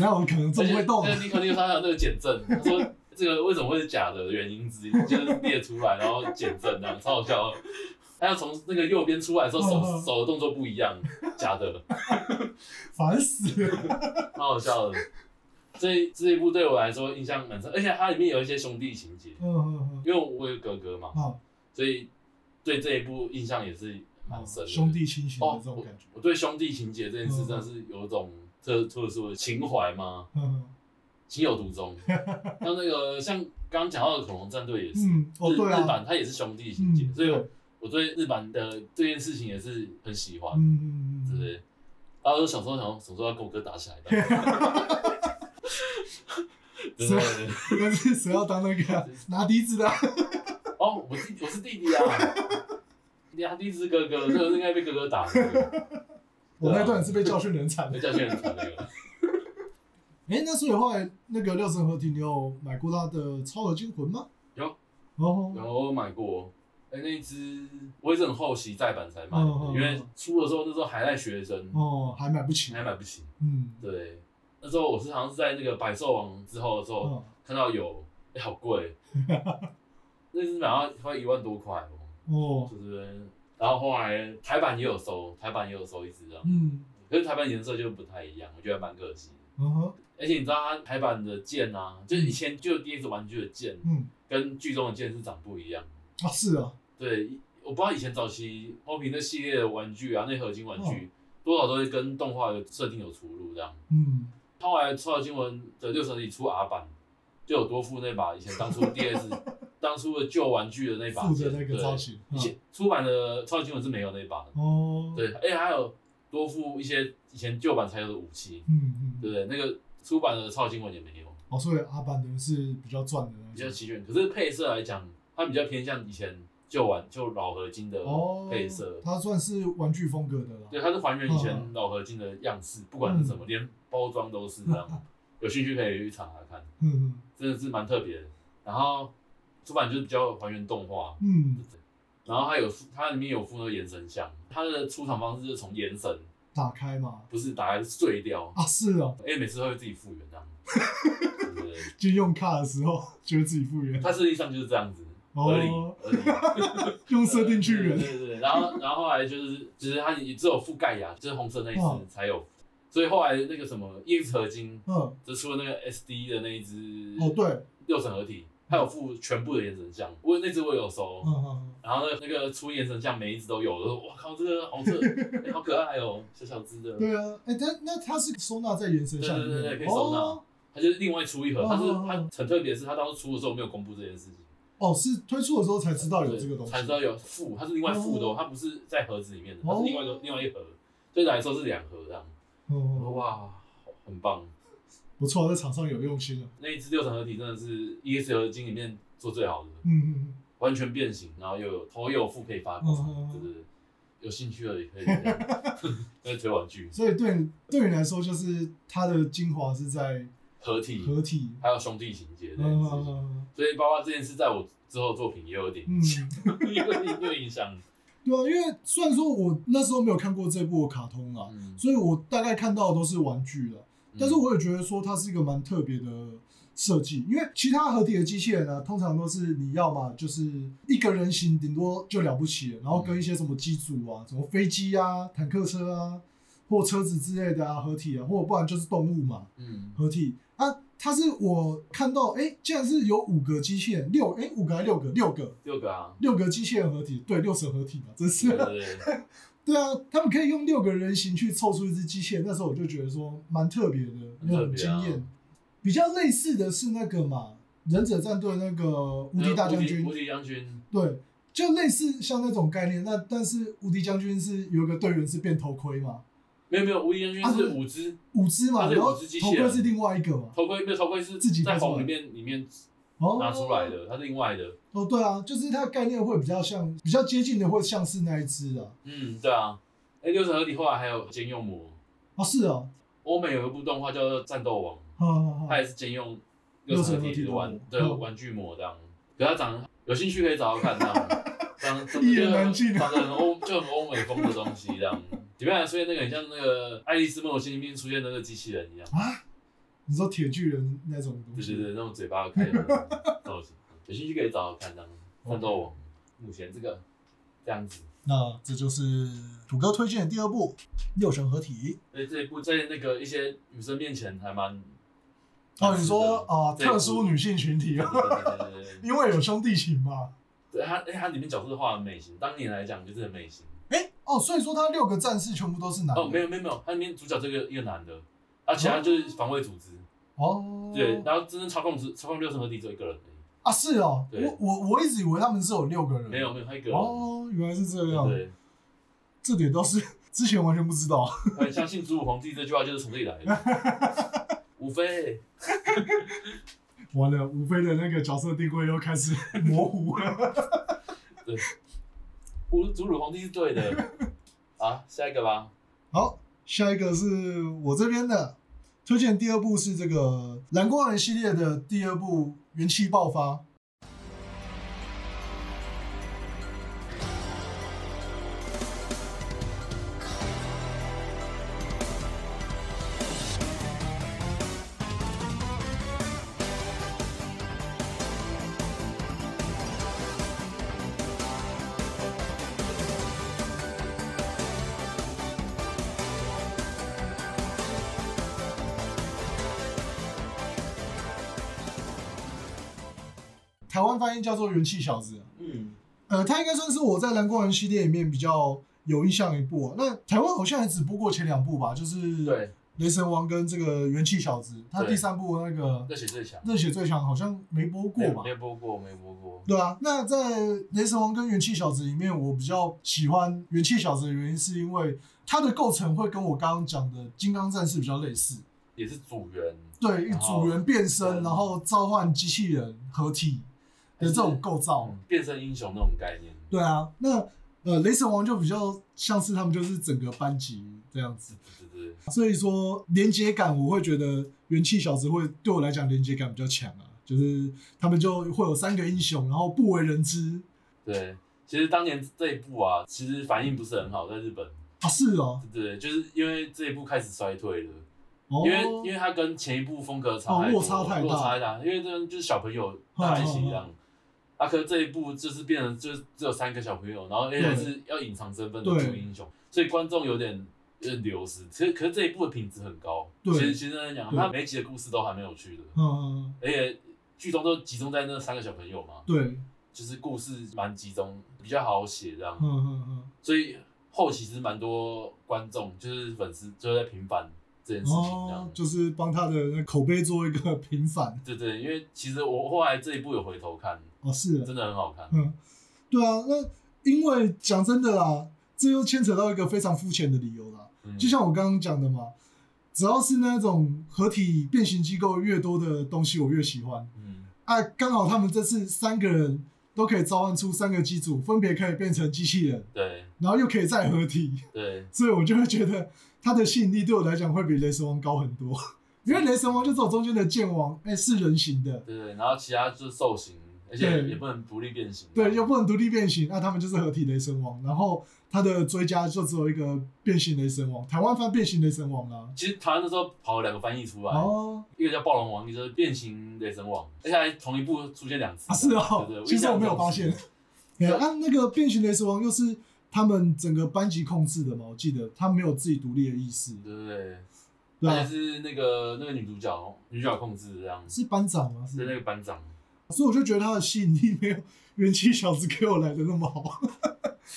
Speaker 2: 然后我可能这么会动
Speaker 3: 而且那个尼可丁他有那个减震，他说这个为什么会是假的原因
Speaker 2: <laughs>
Speaker 3: 之一，就是列出来然后减震这样，超好笑的。他要从那个右边出来的时候，手
Speaker 2: 嗯
Speaker 3: 手的动作不一样，假的，
Speaker 2: 烦死了。
Speaker 3: 超好笑的。所以这一部对我来说印象蛮深，而且它里面有一些兄弟情节，
Speaker 2: 嗯嗯
Speaker 3: 因为我有哥哥嘛
Speaker 2: 嗯，，啊，
Speaker 3: 所以对这一部印象也是蛮深的。
Speaker 2: 兄弟亲情的
Speaker 3: 哦
Speaker 2: 这，种
Speaker 3: 我
Speaker 2: 感觉。
Speaker 3: 我对兄弟情节这件事真的是有一种特特殊的情怀吗？
Speaker 2: 嗯
Speaker 3: 情有独
Speaker 2: <laughs>
Speaker 3: 钟。像那个像刚刚讲到的恐龙战队也是，
Speaker 2: 嗯，哦
Speaker 3: 日
Speaker 2: 对啊，
Speaker 3: 日版它也是兄弟情节，
Speaker 2: 嗯，
Speaker 3: 所以我
Speaker 2: 对
Speaker 3: 我对日版的这件事情也是很喜欢，
Speaker 2: 嗯
Speaker 3: 对不
Speaker 2: 嗯
Speaker 3: 对？然后我小时候想说，什么时候要跟我哥打起
Speaker 2: <laughs>
Speaker 3: 来的？对对对对
Speaker 2: 嗯，但是谁要当那个啊拿笛子的啊？
Speaker 3: 哦，我弟我是弟弟啊，你啊，弟是哥哥，所以我应该被哥哥打的，
Speaker 2: 我那段也是被教训得很惨的
Speaker 3: 被。叫去人打那个。
Speaker 2: 哎，那所以后来那个六神合体，你有买过他的超合金魂吗？
Speaker 3: 有。然
Speaker 2: 哦，
Speaker 3: 后我买过，哎、那一只我也是很好奇再版才买的，
Speaker 2: 嗯嗯嗯
Speaker 3: 因为出的时候那时候还在学生，
Speaker 2: 哦，还买不起。
Speaker 3: 还买不起。
Speaker 2: 嗯，
Speaker 3: 对，那时候我是好像是在那个百兽王之后的时候，
Speaker 2: 哦，
Speaker 3: 看到有，哎、好贵，那只买要快一万多块哦，
Speaker 2: 哦，
Speaker 3: 就是，然后后来台版也有收，台版也有收一只啊，
Speaker 2: 嗯，
Speaker 3: 可是台版颜色就不太一样，我觉得蛮可惜的。
Speaker 2: 嗯哼，
Speaker 3: 而且你知道它台版的剑啊，就是以前就 DS 玩具的剑，
Speaker 2: 嗯，
Speaker 3: 跟剧中的剑是长不一样的。
Speaker 2: 啊是啊，
Speaker 3: 对，我不知道以前早期欧平那系列的玩具啊，那合金玩具、多少都会跟动画有设定有出入这样。
Speaker 2: 嗯，
Speaker 3: 后来《超级新闻》的六神里出 R 版，就有多付那把以前当初
Speaker 2: <laughs>
Speaker 3: DS 当初的旧玩具的那把
Speaker 2: 负责
Speaker 3: 剑
Speaker 2: 那个
Speaker 3: 对
Speaker 2: 造型。嗯
Speaker 3: 以前出版的《超级新闻》是没有那把的，
Speaker 2: 哦，，
Speaker 3: 对，哎、还有多付一些以前旧版才有的武器，
Speaker 2: 嗯嗯，
Speaker 3: 对不对？那个出版的《超级新闻》也没有，
Speaker 2: 哦，所以阿板等于是比较赚的那
Speaker 3: 比较
Speaker 2: 种。
Speaker 3: 齐全。可是配色来讲，它比较偏向以前旧玩旧老合金的
Speaker 2: 哦，
Speaker 3: 配色，
Speaker 2: 它嗯算是玩具风格的啦。
Speaker 3: 对，它是还原以前老合金的样式，不管是
Speaker 2: 嗯
Speaker 3: 什么，连包装都是
Speaker 2: <laughs>
Speaker 3: 这样。有兴趣可以去查查看，
Speaker 2: 嗯
Speaker 3: 真的是蛮特别的。然后出版就是比较还原动画，
Speaker 2: 嗯，
Speaker 3: 然后它有附它里面有附那个延伸像，它的出场方式就是从延伸，
Speaker 2: 打开嘛。
Speaker 3: 不是打开是碎掉，
Speaker 2: 啊，是哦，
Speaker 3: 因为每次都会自己复原这样。对对对，
Speaker 2: 就用卡的时候 <laughs> 觉得自己复
Speaker 3: <laughs>
Speaker 2: 原，
Speaker 3: 它设计上就是这样子，
Speaker 2: 哦
Speaker 3: 合理合理。
Speaker 2: 用设定去
Speaker 3: 对
Speaker 2: 圆。
Speaker 3: 对对对，然后然后后来就是，就是它也只有覆盖牙，就是红色那一
Speaker 2: 哦
Speaker 3: 只才有，所以后来那个什么 EX 合金，
Speaker 2: 嗯，哦
Speaker 3: 就出了那个 SD 的那一只
Speaker 2: 嗯对，
Speaker 3: 六神合体，它有附全部的眼神像，我那只我有收
Speaker 2: 嗯，嗯
Speaker 3: 然后那那个出眼神像每一只都有，我说哇靠，这个红色、哎好可爱哦，小小只的
Speaker 2: 嗯，，对啊，哎，但那它是收纳在延伸下里面，
Speaker 3: 对对对对可以收纳
Speaker 2: 哦
Speaker 3: 它就是另外出一盒，它是
Speaker 2: 哦哦
Speaker 3: 它很特别，是它当时出的时候没有公布这件事情，
Speaker 2: 哦，是推出的时候才知道有这个东西，
Speaker 3: 才知道有附，它是另外附的，哦，它不是在盒子里面的，它是另外一个
Speaker 2: 哦
Speaker 3: 另外一盒，对来说是两盒这样。我说
Speaker 2: 哦，
Speaker 3: 哇，很棒！
Speaker 2: 不错，在厂商有用心啊。
Speaker 3: 那一只六层合体真的是 ES 合金里面做最好的，
Speaker 2: 嗯嗯
Speaker 3: 完全变形，然后又有头又有腹可以发光，
Speaker 2: 嗯
Speaker 3: 对对对，有兴趣的也可以这样， <laughs> 那推玩具
Speaker 2: 嗯，所以对你对你来说，就是它的精华是在
Speaker 3: 合体，
Speaker 2: 合体，
Speaker 3: 还有兄弟情节这件事情，
Speaker 2: 嗯
Speaker 3: 所以包括这件事在我之后的作品也有点 <laughs>
Speaker 2: 嗯
Speaker 3: 影，响，有点有影响，
Speaker 2: 对啊，因为虽然说我那时候没有看过这部的卡通啊，
Speaker 3: 嗯，
Speaker 2: 所以我大概看到的都是玩具了。但是
Speaker 3: 嗯
Speaker 2: 我也觉得说它是一个蛮特别的设计，因为其他合体的机器人呢、啊通常都是你要嘛就是一个人形，顶多就了不起了，然后跟一些什么机组啊、什么飞机啊、坦克车啊或车子之类的啊合体啊，或者不然就是动物嘛
Speaker 3: 嗯
Speaker 2: 合体啊。它是我看到，哎、竟然是有五个机器人，六哎、五个还是六个，六个
Speaker 3: 六个啊，
Speaker 2: 六个机器人合体，对，六神合体嘛，真是
Speaker 3: 对。对对，
Speaker 2: 对啊，他们可以用六个人形去凑出一只机器人，那时候我就觉得说蛮特别的，
Speaker 3: 很
Speaker 2: 也
Speaker 3: 特
Speaker 2: 很
Speaker 3: 别
Speaker 2: 惊
Speaker 3: 啊
Speaker 2: 艳。比较类似的是那个嘛，忍者战队那个无敌大将军
Speaker 3: 无，敌将军，
Speaker 2: 对，就类似像那种概念。那但是无敌将军是有一个队员是变头盔嘛，
Speaker 3: 没有没有，无敌将军
Speaker 2: 啊
Speaker 3: 是
Speaker 2: 对
Speaker 3: 五只。
Speaker 2: 五只嘛，
Speaker 3: 啊对
Speaker 2: 然后
Speaker 3: 五只机器
Speaker 2: 头盔
Speaker 3: 人
Speaker 2: 是另外一个嘛。
Speaker 3: 头盔没有头盔是
Speaker 2: 自己
Speaker 3: 在
Speaker 2: 拿出来
Speaker 3: 红里面里面
Speaker 2: 哦，
Speaker 3: 拿出来。的，它是另外的。
Speaker 2: 哦，对啊，就是它的概念会比较像，比较接近的会像是那一只啊。
Speaker 3: 嗯，对啊。哎、六神合体后来还有兼用魔，
Speaker 2: 哦，是啊，
Speaker 3: 欧美有一部动画叫做《战斗王》，
Speaker 2: 好好好
Speaker 3: 它，也是兼用六神合体的玩
Speaker 2: 六
Speaker 3: 对
Speaker 2: 神合体的魔嗯
Speaker 3: 玩具魔这样。可它长得有兴趣可以找找看这样。长长
Speaker 2: 一
Speaker 3: 得
Speaker 2: 言
Speaker 3: 就
Speaker 2: 难
Speaker 3: 很
Speaker 2: 尽啊
Speaker 3: 长得很欧就很欧美风的东西这样。里面还出现那个很像那个《爱丽丝梦游仙境》里面出现那个机器人一样，
Speaker 2: 啊，你说铁巨人那种东
Speaker 3: 对
Speaker 2: 西
Speaker 3: 对。对，那种嘴巴开的那种造型，有兴趣可以找找看这样。战斗王目前这个这样子。
Speaker 2: 那这就是土哥推荐的第二部《六神合体
Speaker 3: 所以这一部在那个一些女生面前还蛮……》。
Speaker 2: 哦，你说啊、
Speaker 3: 这一部
Speaker 2: 特殊女性群体
Speaker 3: 对
Speaker 2: 啊，
Speaker 3: 对对
Speaker 2: <laughs>
Speaker 3: 对对
Speaker 2: 因为有兄弟情嘛。
Speaker 3: 对，它哎它里面角色画的美型，当年来讲就是很美型。
Speaker 2: 哎，哦，所以说他六个战士全部都是男的。
Speaker 3: 哦，没有没有没有，它里面主角这个一个男的，啊，其他就是防卫组织。
Speaker 2: 哦，
Speaker 3: 对，然后真正操控只操控六神合体只有一个人而已，
Speaker 2: 啊，是哦，
Speaker 3: 对
Speaker 2: 我我我一直以为他们是有六个人。
Speaker 3: 没有没有，他一个人。
Speaker 2: 哦，原来是这样，
Speaker 3: <laughs> 对，
Speaker 2: 这点倒是之前完全不知道。
Speaker 3: 很相信祖武皇帝这句话就是从这里来的。无非
Speaker 2: 完了，吴飞的那个角色定位又开始 <laughs> 模糊了。
Speaker 3: 吴祖鲁皇帝是对的。啊，下一个吧。
Speaker 2: 好，下一个是我这边的推荐，第二部是这个蓝光人系列的第二部《元气爆发》。台湾翻译叫做《元气小子》啊。
Speaker 3: 嗯，
Speaker 2: 呃，它应该算是我在蓝光人系列里面比较有印象一部、啊。那台湾好像也只播过前两部吧，就是《
Speaker 3: 对，
Speaker 2: 雷神王》跟这个《元气小子》。它
Speaker 3: 对
Speaker 2: 第三部那个
Speaker 3: 热血最强
Speaker 2: 《热血最强》好像没播过吧
Speaker 3: 没？有播过，没有播过。
Speaker 2: 对啊，那在《雷神王》跟《元气小子》里面，我比较喜欢《元气小子》的原因是因为它的构成会跟我刚刚讲的《金刚战士》比较类似，
Speaker 3: 也是组员
Speaker 2: 对，一
Speaker 3: 然后
Speaker 2: 组人变身，
Speaker 3: 嗯
Speaker 2: 然后召唤机器人合体的这种构造。
Speaker 3: 嗯变身英雄那种概念。
Speaker 2: 对啊，那呃，雷神王就比较像是他们就是整个班级这样子，
Speaker 3: 对对对，
Speaker 2: 所以说连接感我会觉得元气小子会对我来讲连接感比较强啊，就是他们就会有三个英雄，然后不为人知
Speaker 3: 对，其实当年这一部啊，其实反应不是很好，在日本，
Speaker 2: 啊，是哦，
Speaker 3: 对，就是因为这一部开始衰退了，
Speaker 2: 哦
Speaker 3: 因为因为它跟前一部风格差太
Speaker 2: 哦
Speaker 3: 多，
Speaker 2: 落差太大嗯
Speaker 3: 落差太大，因为这就是小
Speaker 2: <laughs>
Speaker 3: 朋友大家一起这样。啊，可是这一部就是变成就是只有三个小朋友，然后而且还是要隐藏身份的
Speaker 2: 对
Speaker 3: 主英雄，所以观众有点有点流失。其实可是这一部的品质很高，
Speaker 2: 对
Speaker 3: 其实其实来讲，
Speaker 2: 对
Speaker 3: 它每一集的故事都还蛮有趣的，
Speaker 2: 嗯，
Speaker 3: 而且剧中都集中在那三个小朋友嘛，
Speaker 2: 对，
Speaker 3: 就是故事蛮集中，比较好写这样。
Speaker 2: 嗯嗯嗯，
Speaker 3: 所以后期其实蛮多观众就是粉丝就在平反这件事情这样。
Speaker 2: 哦，就是帮他的那口碑做一个平反。
Speaker 3: 对对，因为其实我后来这一部有回头看，
Speaker 2: 哦，是啊，
Speaker 3: 真的很好看。
Speaker 2: 嗯，对啊，那因为讲真的啦，这又牵扯到一个非常肤浅的理由啦，
Speaker 3: 嗯
Speaker 2: 就像我刚刚讲的嘛，只要是那种合体变形机构越多的东西，我越喜欢。
Speaker 3: 嗯，
Speaker 2: 啊，刚好他们这次三个人都可以召唤出三个机组，分别可以变成机器人，
Speaker 3: 对
Speaker 2: 然后又可以再合体，
Speaker 3: 对
Speaker 2: 所以我就会觉得它的吸引力对我来讲会比雷神王高很多。因为雷神王就走中间的剑王，哎、是人形的，
Speaker 3: 对对，然后其他就是兽形，而且
Speaker 2: 对
Speaker 3: 也不能独立变形。
Speaker 2: 对，又不能独立变形，那他们就是合体雷神王。然后他的追加就只有一个变形雷神王，台湾翻变形雷神王啦、
Speaker 3: 其实台湾那时候跑了两个翻译出来，
Speaker 2: 哦，
Speaker 3: 一个叫暴龙王，一个就是变形雷神王，而且还同一部出现两次。
Speaker 2: 啊是哦
Speaker 3: 对对，
Speaker 2: 其实我没有发现
Speaker 3: 印象中是
Speaker 2: 哎、啊，那个变形雷神王又是他们整个班级控制的嘛？我记得他没有自己独立的意识，
Speaker 3: 对对对，
Speaker 2: 对
Speaker 3: 而且
Speaker 2: 啊，
Speaker 3: 是那个那个女主角，女主角控制这样，
Speaker 2: 是班长吗？
Speaker 3: 是那
Speaker 2: 是，
Speaker 3: 个班长。
Speaker 2: 所以我就觉得他的吸引力没有元气小子给我来的那么好。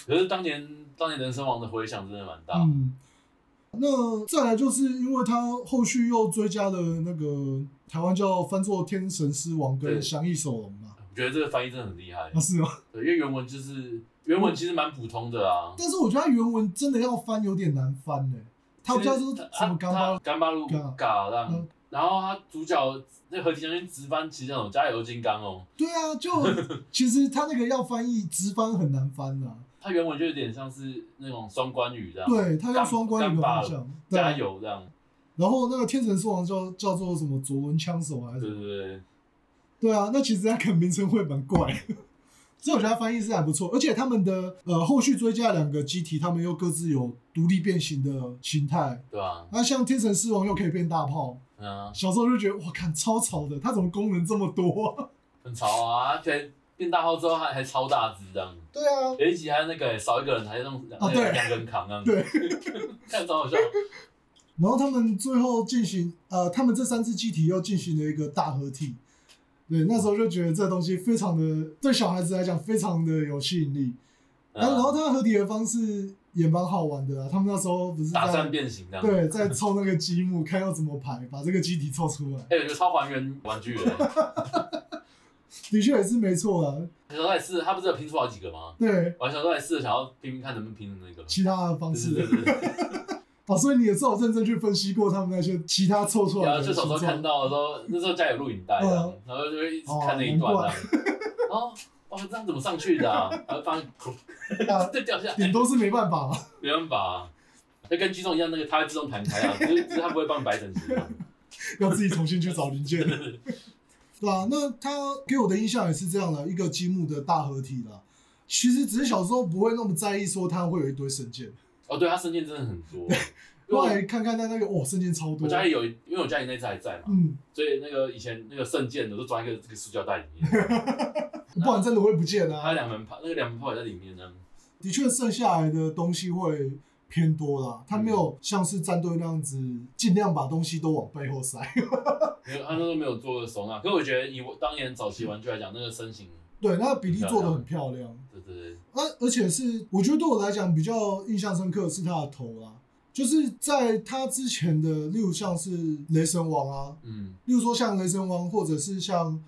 Speaker 3: 可是当年当年人生王的回响真的蛮大，
Speaker 2: 嗯，那再来就是因为他后续又追加了那个台湾叫翻作天神狮王跟
Speaker 3: 对
Speaker 2: 翔翼手龙嘛，
Speaker 3: 我觉得这个翻译真的很厉害
Speaker 2: 啊。是哦，
Speaker 3: 对，因为原文就是原文其实蛮普通的啊。
Speaker 2: <laughs> 但是我觉得他原文真的要翻有点难翻呢、他们叫做什么干巴？
Speaker 3: 干巴路
Speaker 2: 嘎
Speaker 3: 嘎让
Speaker 2: 嗯，
Speaker 3: 然后他主角那和田将军直翻其实那种加油金刚哦，
Speaker 2: 对啊，就其实他那个要翻译直翻很难翻啊呐、
Speaker 3: 他原文就有点像是那种双关语这样，
Speaker 2: 对，他用
Speaker 3: 干
Speaker 2: 双关语的
Speaker 3: 干巴
Speaker 2: 方
Speaker 3: 鲁
Speaker 2: 向，对啊
Speaker 3: 加。油这样，
Speaker 2: 然后那个天神狮王叫叫做什么卓文枪手啊还是什
Speaker 3: 对
Speaker 2: 么？
Speaker 3: 对对，
Speaker 2: 对啊，那其实他可能名称会蛮怪的， <laughs> 所以我觉得他翻译是还不错。而且他们的呃后续追加两个机体，他们又各自有独立变形的形态。
Speaker 3: 对吧？
Speaker 2: 那像天神狮王又可以变大炮，
Speaker 3: 嗯啊，
Speaker 2: 小时候就觉得哇，看超吵的，它怎么功能这么多啊、 <laughs>
Speaker 3: 很潮啊，而且变大号之后还还超大只这样。
Speaker 2: 对啊，
Speaker 3: 有一集还有那个少一个人，还用两
Speaker 2: 啊
Speaker 3: 那个
Speaker 2: 对
Speaker 3: 两个人扛这样，
Speaker 2: 对，
Speaker 3: <laughs> 看超好笑。
Speaker 2: 然后他们最后进行呃，他们这三只机体又进行了一个大合体。对，那时候就觉得这东西非常的对小孩子来讲非常的有吸引力。
Speaker 3: 嗯
Speaker 2: 啊，然后他合体的方式也蛮好玩的啊。他们那时候不是
Speaker 3: 打散
Speaker 2: 在
Speaker 3: 变形这样，
Speaker 2: 对在凑那个积木，看要怎么排，把这个机体凑出来，
Speaker 3: 哎、我觉得超还原玩具的、
Speaker 2: 的确也是没错啊。
Speaker 3: 小时候也是，他不是有拼出好几个吗？
Speaker 2: 对，
Speaker 3: 我小时候也试着想要拼拼看能不能拼成那个。
Speaker 2: 其他的方
Speaker 3: 对
Speaker 2: 式
Speaker 3: 对对对，
Speaker 2: 哦，所以你也是有认真去分析过他们那些其他凑出来
Speaker 3: 然
Speaker 2: 的
Speaker 3: 啊后就
Speaker 2: 形
Speaker 3: 小时候
Speaker 2: 状。嗯哦
Speaker 3: 看到的时候，那时候家有录影带这样，然后就会一直看那一段这样。然后哇，这样怎么上去的啊？然后发现
Speaker 2: <laughs> 啊
Speaker 3: 再掉下来，
Speaker 2: 顶多是没办法啊。
Speaker 3: 没办法、啊，就跟机动一样，那个它会自动弹开啊，只是只是它不会帮你摆整齐这样。
Speaker 2: 要自己重新去找零
Speaker 3: <laughs>
Speaker 2: 件。对啊，那他给我的印象也是这样的，一个积木的大合体啦。其实只是小时候不会那么在意，说它会有一堆神剑。
Speaker 3: 哦，对，它圣剑真的很多。因
Speaker 2: <laughs>
Speaker 3: 为
Speaker 2: 后
Speaker 3: 我
Speaker 2: 来看看他那个，哦，圣剑超
Speaker 3: 啊我
Speaker 2: 多。
Speaker 3: 家里有一，因为我家里那只还在嘛，
Speaker 2: 嗯，
Speaker 3: 所以那个以前那个圣剑的都装一个这个塑胶袋里
Speaker 2: <laughs>
Speaker 3: 面，
Speaker 2: 不然真的会不见
Speaker 3: 还有
Speaker 2: 啊。
Speaker 3: 两门炮，那个两门炮也在里面呢。
Speaker 2: 的确，剩下来的东西会偏多啦。他没
Speaker 3: 嗯
Speaker 2: 有像是战队那样子，尽量把东西都往背后塞。 <laughs>
Speaker 3: 没有，他那时候没有做收纳。可是我觉得以我当年早期玩具来讲，那个身形，
Speaker 2: 对，那比例做的很漂亮。
Speaker 3: 对对对，
Speaker 2: 而而且是我觉得对我来讲比较印象深刻的是他的头啦，就是在他之前的，例如像是雷神王啊，
Speaker 3: 嗯，
Speaker 2: 例如说像雷神王，或者是像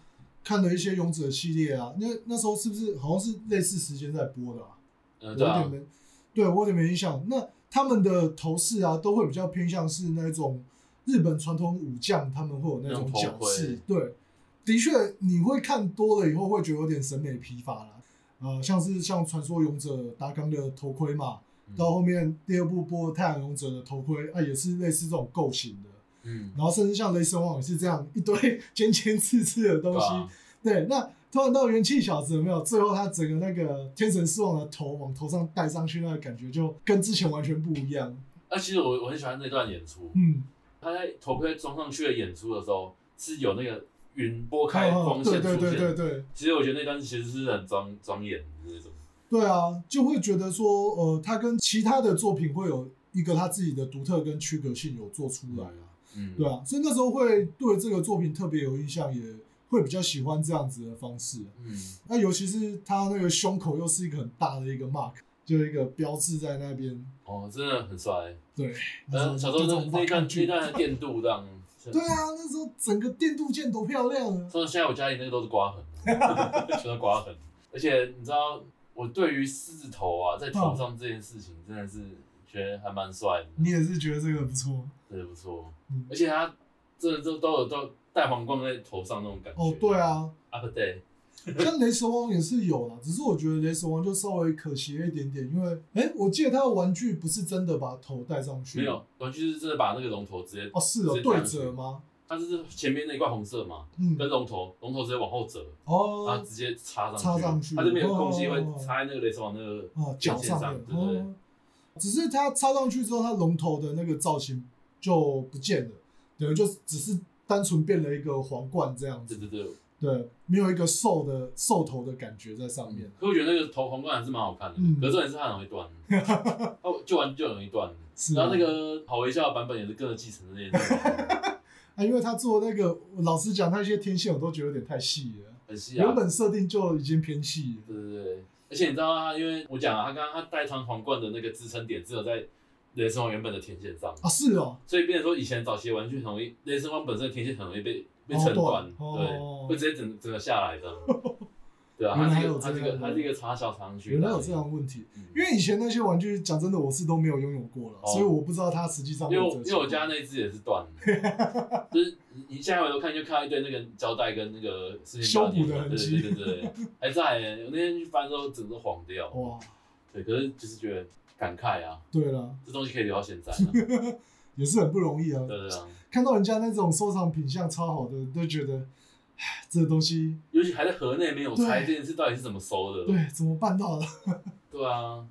Speaker 2: 看了一些勇者系列啊，那那时候是不是好像是类似时间在播的啊？
Speaker 3: 呃，
Speaker 2: 我
Speaker 3: 对
Speaker 2: 有
Speaker 3: 啊
Speaker 2: 点，没，对我有点没印象。那他们的头饰啊，都会比较偏向是那种日本传统武将，他们会有那种
Speaker 3: 那种头
Speaker 2: 角饰
Speaker 3: 盔。
Speaker 2: 对，的确你会看多了以后，会觉得有点审美疲乏啦。呃，像是像传说勇者达纲的头盔嘛，
Speaker 3: 嗯
Speaker 2: 到后面第二部播太阳勇者的头盔啊，也是类似这种构型的。
Speaker 3: 嗯，
Speaker 2: 然后甚至像雷神王也是这样一堆 <laughs> 尖尖刺刺的东
Speaker 3: 对
Speaker 2: 西。
Speaker 3: 啊，
Speaker 2: 对，那突然到元气小子有没有？最后他整个那个天神狮王的头往头上戴上去，那个感觉就跟之前完全不一样。
Speaker 3: 啊那其实我我很喜欢那段演出，
Speaker 2: 嗯，
Speaker 3: 他在头盔装上去的演出的时候，是有那个云拨开
Speaker 2: 哦
Speaker 3: 光
Speaker 2: 对
Speaker 3: 线
Speaker 2: 对
Speaker 3: 出
Speaker 2: 对对
Speaker 3: 现。
Speaker 2: 对，
Speaker 3: 其实我觉得那段其实是很庄庄严的那种。
Speaker 2: 对啊，就会觉得说，呃，他跟其他的作品会有一个他自己的独特跟区隔性有做出来啊，
Speaker 3: 嗯，
Speaker 2: 对啊，所以那时候会对这个作品特别有印象，也会比较喜欢这样子的方式。啊
Speaker 3: 嗯，
Speaker 2: 那尤其是他那个胸口又是一个很大的一个 mark，就是一个标志在那边。
Speaker 3: 哦，真的很帅。
Speaker 2: 对，
Speaker 3: 嗯，小时候
Speaker 2: 那
Speaker 3: 那那一段那一
Speaker 2: 剧，
Speaker 3: 段的电镀
Speaker 2: <laughs>
Speaker 3: 这样。
Speaker 2: 对啊，那时候整个电镀件多漂亮啊！
Speaker 3: 所以现在我家里那个都是刮痕， <laughs> 全都刮痕。而且你知道，我对于狮子头啊，在头上这件事情，真的是觉得还蛮帅的，
Speaker 2: 你也是觉得这个不错，
Speaker 3: 真的不错
Speaker 2: 嗯。
Speaker 3: 而且他真的都都有都戴皇冠在头上那种感觉。
Speaker 2: 哦，对啊，
Speaker 3: ，up day，
Speaker 2: 像雷神王也是有啦，只 <laughs> 是我觉得雷神王就稍微可惜了一点点，因为哎、诶我记得他的玩具不是真的把头戴上去，
Speaker 3: 没有玩具是真的把那个龙头直接，
Speaker 2: 哦，是哦，
Speaker 3: 直接
Speaker 2: 对
Speaker 3: 戴上去
Speaker 2: 折吗？
Speaker 3: 它就是前面那一块红色嘛，
Speaker 2: 嗯，
Speaker 3: 跟龙头，龙头直接往后折，然后
Speaker 2: 哦
Speaker 3: 直接插上去，
Speaker 2: 插上去
Speaker 3: 它这边有空隙会
Speaker 2: 哦
Speaker 3: 插在那个雷神王那个
Speaker 2: 哦，脚
Speaker 3: 线
Speaker 2: 上面
Speaker 3: 对不对？
Speaker 2: 哦，只是它插上去之后，它龙头的那个造型就不见了，等于就只是单纯变了一个皇冠这样
Speaker 3: 对
Speaker 2: 子，
Speaker 3: 对对，
Speaker 2: 对，没有一个兽的兽头的感觉在上面，
Speaker 3: 可我觉得那个头皇冠还是蛮好看的，
Speaker 2: 嗯
Speaker 3: 可是重点是它很容易断，
Speaker 2: <laughs>
Speaker 3: 它就完就很容易断。
Speaker 2: 是啊
Speaker 3: 然后那个好微笑的版本也是跟着继承的那些地
Speaker 2: <laughs>
Speaker 3: 方，
Speaker 2: 啊，因为他做那个，老实讲，他一些天线我都觉得有点太细了。
Speaker 3: 很细啊
Speaker 2: 原。本设定就已经偏细了。
Speaker 3: 对对对，而且你知道他，因为我讲啊，他刚刚他戴穿皇冠的那个支撑点只有在雷神王原本的天线上，
Speaker 2: 啊，是哦，
Speaker 3: 所以变成说以前早期的玩具很容易，雷神王本身的天线很容易被被撑断，
Speaker 2: 哦
Speaker 3: 对，
Speaker 2: 哦
Speaker 3: 会直接整整个下来
Speaker 2: <laughs>
Speaker 3: 的。对啊，
Speaker 2: 原
Speaker 3: 它
Speaker 2: 来
Speaker 3: 是一
Speaker 2: 有
Speaker 3: 个它是一
Speaker 2: 这
Speaker 3: 个
Speaker 2: 样
Speaker 3: 它是一个插小长去
Speaker 2: 原
Speaker 3: 的，
Speaker 2: 来有这样的问题。
Speaker 3: 嗯
Speaker 2: 因为以前那些玩具，讲真的，我是都没有拥有过了，
Speaker 3: 哦
Speaker 2: 所以我不知道它实际上会
Speaker 3: 因为
Speaker 2: 有这
Speaker 3: 我
Speaker 2: 个
Speaker 3: 因为我
Speaker 2: 情况
Speaker 3: 家那只也是断的，就是你你现在回头看就看到一堆那个胶带跟那个事情
Speaker 2: 修补的痕迹
Speaker 3: 对对对对，对还在耶。我那天去翻之后，整个黄掉。
Speaker 2: 哇，
Speaker 3: 对，可是就是觉得感慨啊，
Speaker 2: 对了，
Speaker 3: 这东西可以留到现在、啊。对
Speaker 2: 也是很不容易啊。
Speaker 3: 对对啊，
Speaker 2: 看到人家那种收藏品相超好的，都觉得，唉，这东西
Speaker 3: 尤其还在河内没有拆，
Speaker 2: 对
Speaker 3: 这件事到底是怎么收的？
Speaker 2: 对怎么办到的？
Speaker 3: 对啊，